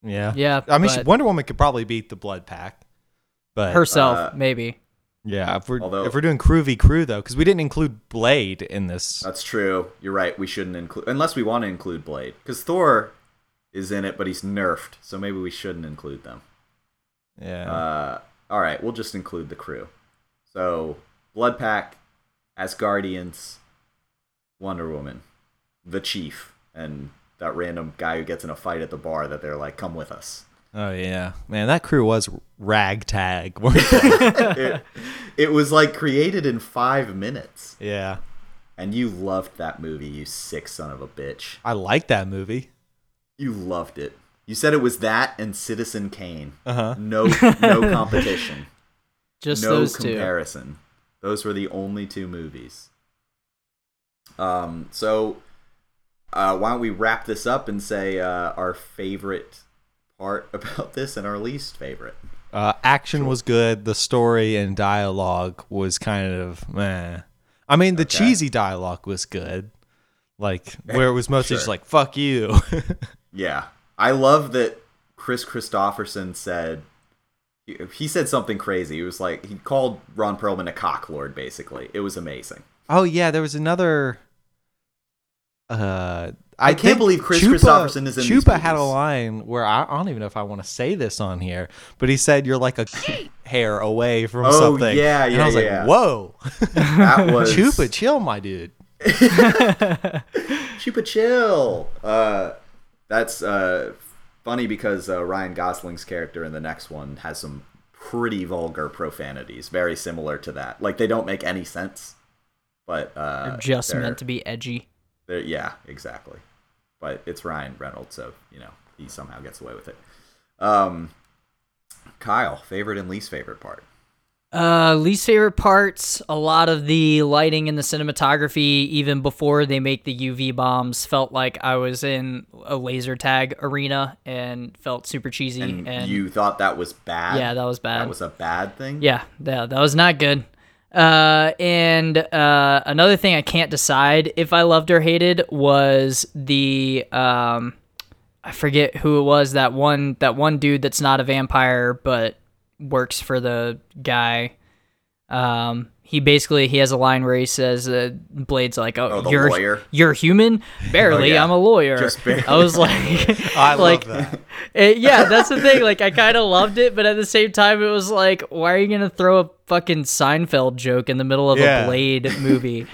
Yeah. Yeah, I mean, she- but- Wonder Woman could probably beat the Blood Pack, but herself Uh, maybe. yeah, if we're Although- if we're doing Groovy Crew though, because we didn't include Blade in this. That's true. You're right. We shouldn't include unless we want to include Blade because Thor is in it, but he's nerfed, so maybe we shouldn't include them. yeah. Uh, all right, we'll just include the crew. So Blood Pack, Asgardians, Wonder Woman, the Chief, and that random guy who gets in a fight at the bar that they're like, "Come with us." oh yeah, man, that crew was ragtag. weren't they? it, it was like created in five minutes, yeah, and you loved that movie, you sick son of a bitch. I like that movie. You loved it. You said it was that and Citizen Kane. Uh huh. No, no competition. Just no those two. comparison. Those were the only two movies. Um, so uh, why don't we wrap this up and say uh, our favorite part about this and our least favorite? Uh, action was good. The story and dialogue was kind of meh. I mean, the Okay. cheesy dialogue was good, like where it was mostly just Sure. like "fuck you." Yeah, I love that Chris Christopherson said he- he said something crazy. He was like he called Ron Perlman a cocklord. Basically, it was amazing. oh yeah, there was another. Uh, I, I can't think believe Chris Chupa- Christopherson is in Chupa these had a movies. line where I, I don't even know if I want to say this on here, but he said you're like a hair away from Oh, something. yeah, and yeah, I was yeah. like, whoa, That was Chupa, chill, my dude. Chupa Chill. Uh, that's uh, funny because uh, Ryan Gosling's character in the next one has some pretty vulgar profanities, very similar to that. Like they don't make any sense, but uh, Just they're- meant to be edgy. they're- yeah, exactly. But it's Ryan Reynolds, so you know he somehow gets away with it. Um, Kyle, favorite and least favorite part. Uh, least favorite parts, a lot of the lighting and the cinematography, even before they make the UV bombs, felt like I was in a laser tag arena and felt super cheesy. And, And, you thought that was bad. yeah, that was bad. That was a bad thing. yeah, that, that was not good. Uh, and uh, another thing I can't decide if I loved or hated was the um, I forget who it was that one that one dude that's not a vampire but works for the guy. Um, he basically he has a line where he says, uh, "Blade's like, oh, Oh, the you're lawyer. Oh, you're human, barely. yeah. I'm a lawyer." Just barely. I was like, I like, love that. it, yeah, that's the thing. Like, I kind of loved it, but at the same time, it was like, why are you gonna throw a fucking Seinfeld joke in the middle of Yeah. a Blade movie?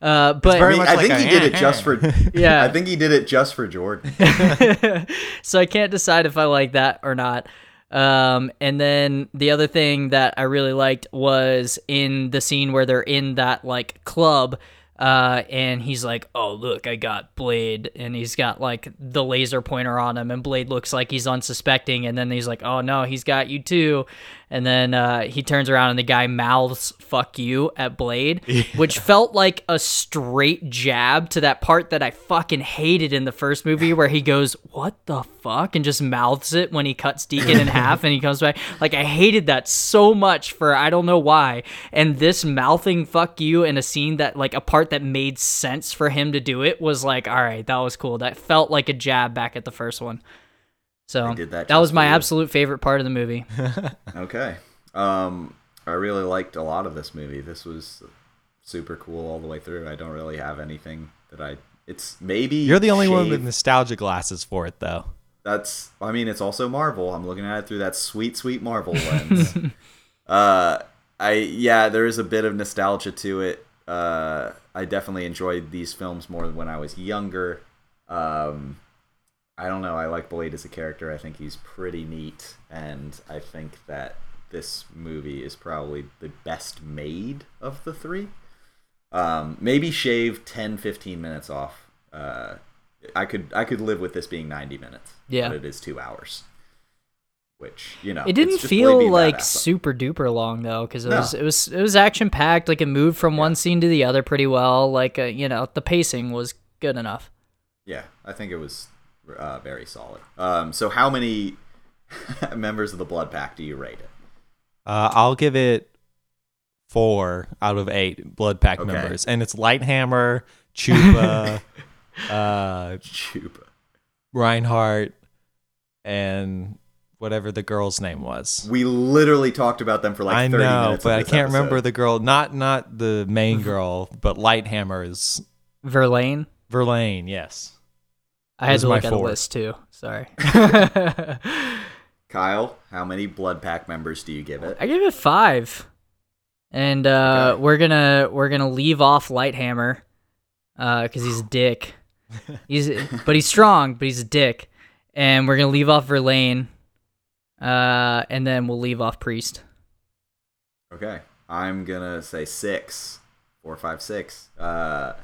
Uh, but very I, mean, much I like think a he did it just for. Yeah. I think he did it just for Jordan. so I can't decide if I like that or not. Um, and then the other thing that I really liked was in the scene where they're in that like club, uh, and he's like, "Oh look, I got Blade," and he's got like the laser pointer on him, and Blade looks like he's unsuspecting, and then he's like, "Oh no, he's got you too," and then uh, he turns around and the guy mouths "fuck you" at Blade, which felt like a straight jab to that part that I fucking hated in the first movie where he goes, What the fuck? and just mouths it when he cuts Deacon in half and he comes back. Like, I hated that so much for I don't know why. And this mouthing fuck you in a scene that, like, a part that made sense for him to do it was like, All right, that was cool. That felt like a jab back at the first one. So They did that that was just my for you. absolute favorite part of the movie. Okay. Um, I really liked a lot of this movie. This was super cool all the way through. I don't really have anything that I. It's maybe You're the only one with shave- nostalgia glasses for it, though. That's. I mean, it's also Marvel. I'm looking at it through that sweet, sweet Marvel lens. uh, I yeah, there is a bit of nostalgia to it. Uh, I definitely enjoyed these films more than when I was younger. Um, I don't know. I like Blade as a character. I think he's pretty neat, and I think that this movie is probably the best made of the three. Um, maybe shave 10, 15 minutes off. Uh, I could I could live with this being ninety minutes. Yeah. but it is two hours, which you know It it's didn't just Blade feel being like badass. super duper long though, because it No. was it was it was action packed. Like it moved from one scene to the other pretty well. Like uh, you know, the pacing was good enough. Yeah, I think it was uh, very solid. Um, so, how many members of the Blood Pack do you rate it? Uh, I'll give it four out of eight blood pack Okay. members, and it's Lighthammer, Chupa, uh, Chupa. Reinhardt, and whatever the girl's name was. We literally talked about them for like I 30 know, minutes. but I of this can't remember episode. the girl. Not not the main girl, but Lighthammer is Verlaine. Verlaine. Yes. I had Who's to my look at a four? list too. Sorry. Kyle, how many blood pack members do you give it? I give it five, and uh, Okay. we're gonna we're gonna leave off Lighthammer, because he's a dick. He's but he's strong, but he's a dick, and we're gonna leave off Verlaine, uh, and then we'll leave off Priest. Okay. I'm gonna say six. Four, five, six. Uh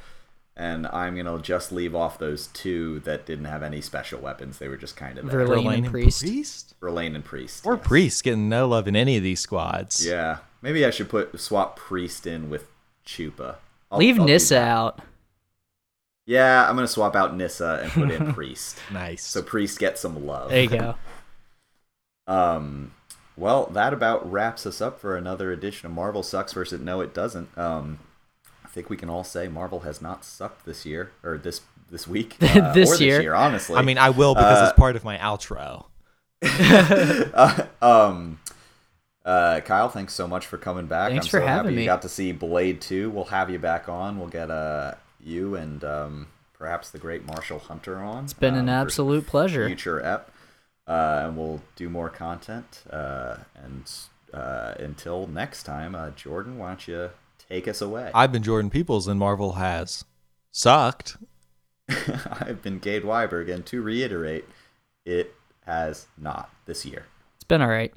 and I'm gonna just leave off those two that didn't have any special weapons. They were just kind of there. Verlaine and Priest. Verlaine and Priest. Or yes. Priest getting no love in any of these squads. Yeah. Maybe I should put swap Priest in with Chupa. I'll- leave I'll do Nissa that. out. Yeah, I'm gonna swap out Nissa and put in Priest. Nice. So Priest gets some love. There you go. Um, well, that about wraps us up for another edition of Marvel Sucks versus No It Doesn't. Um, I think we can all say Marvel has not sucked this year or this this week uh, This or this year. year, honestly. I mean, I will because Uh, it's part of my outro. uh, um, uh, Kyle, thanks so much for coming back. Thanks I'm for so having happy me. You got to see Blade Two. We'll have you back on. We'll get uh you and um perhaps the great Marshall Hunter on. Um, It's Been an absolute pleasure. future ep uh, and we'll do more content uh, and uh, until next time uh, jordan why don't you take us away I've been Jordan Peoples, and Marvel has sucked. i've been Gade weiberg and to reiterate it has not this year It's been all right.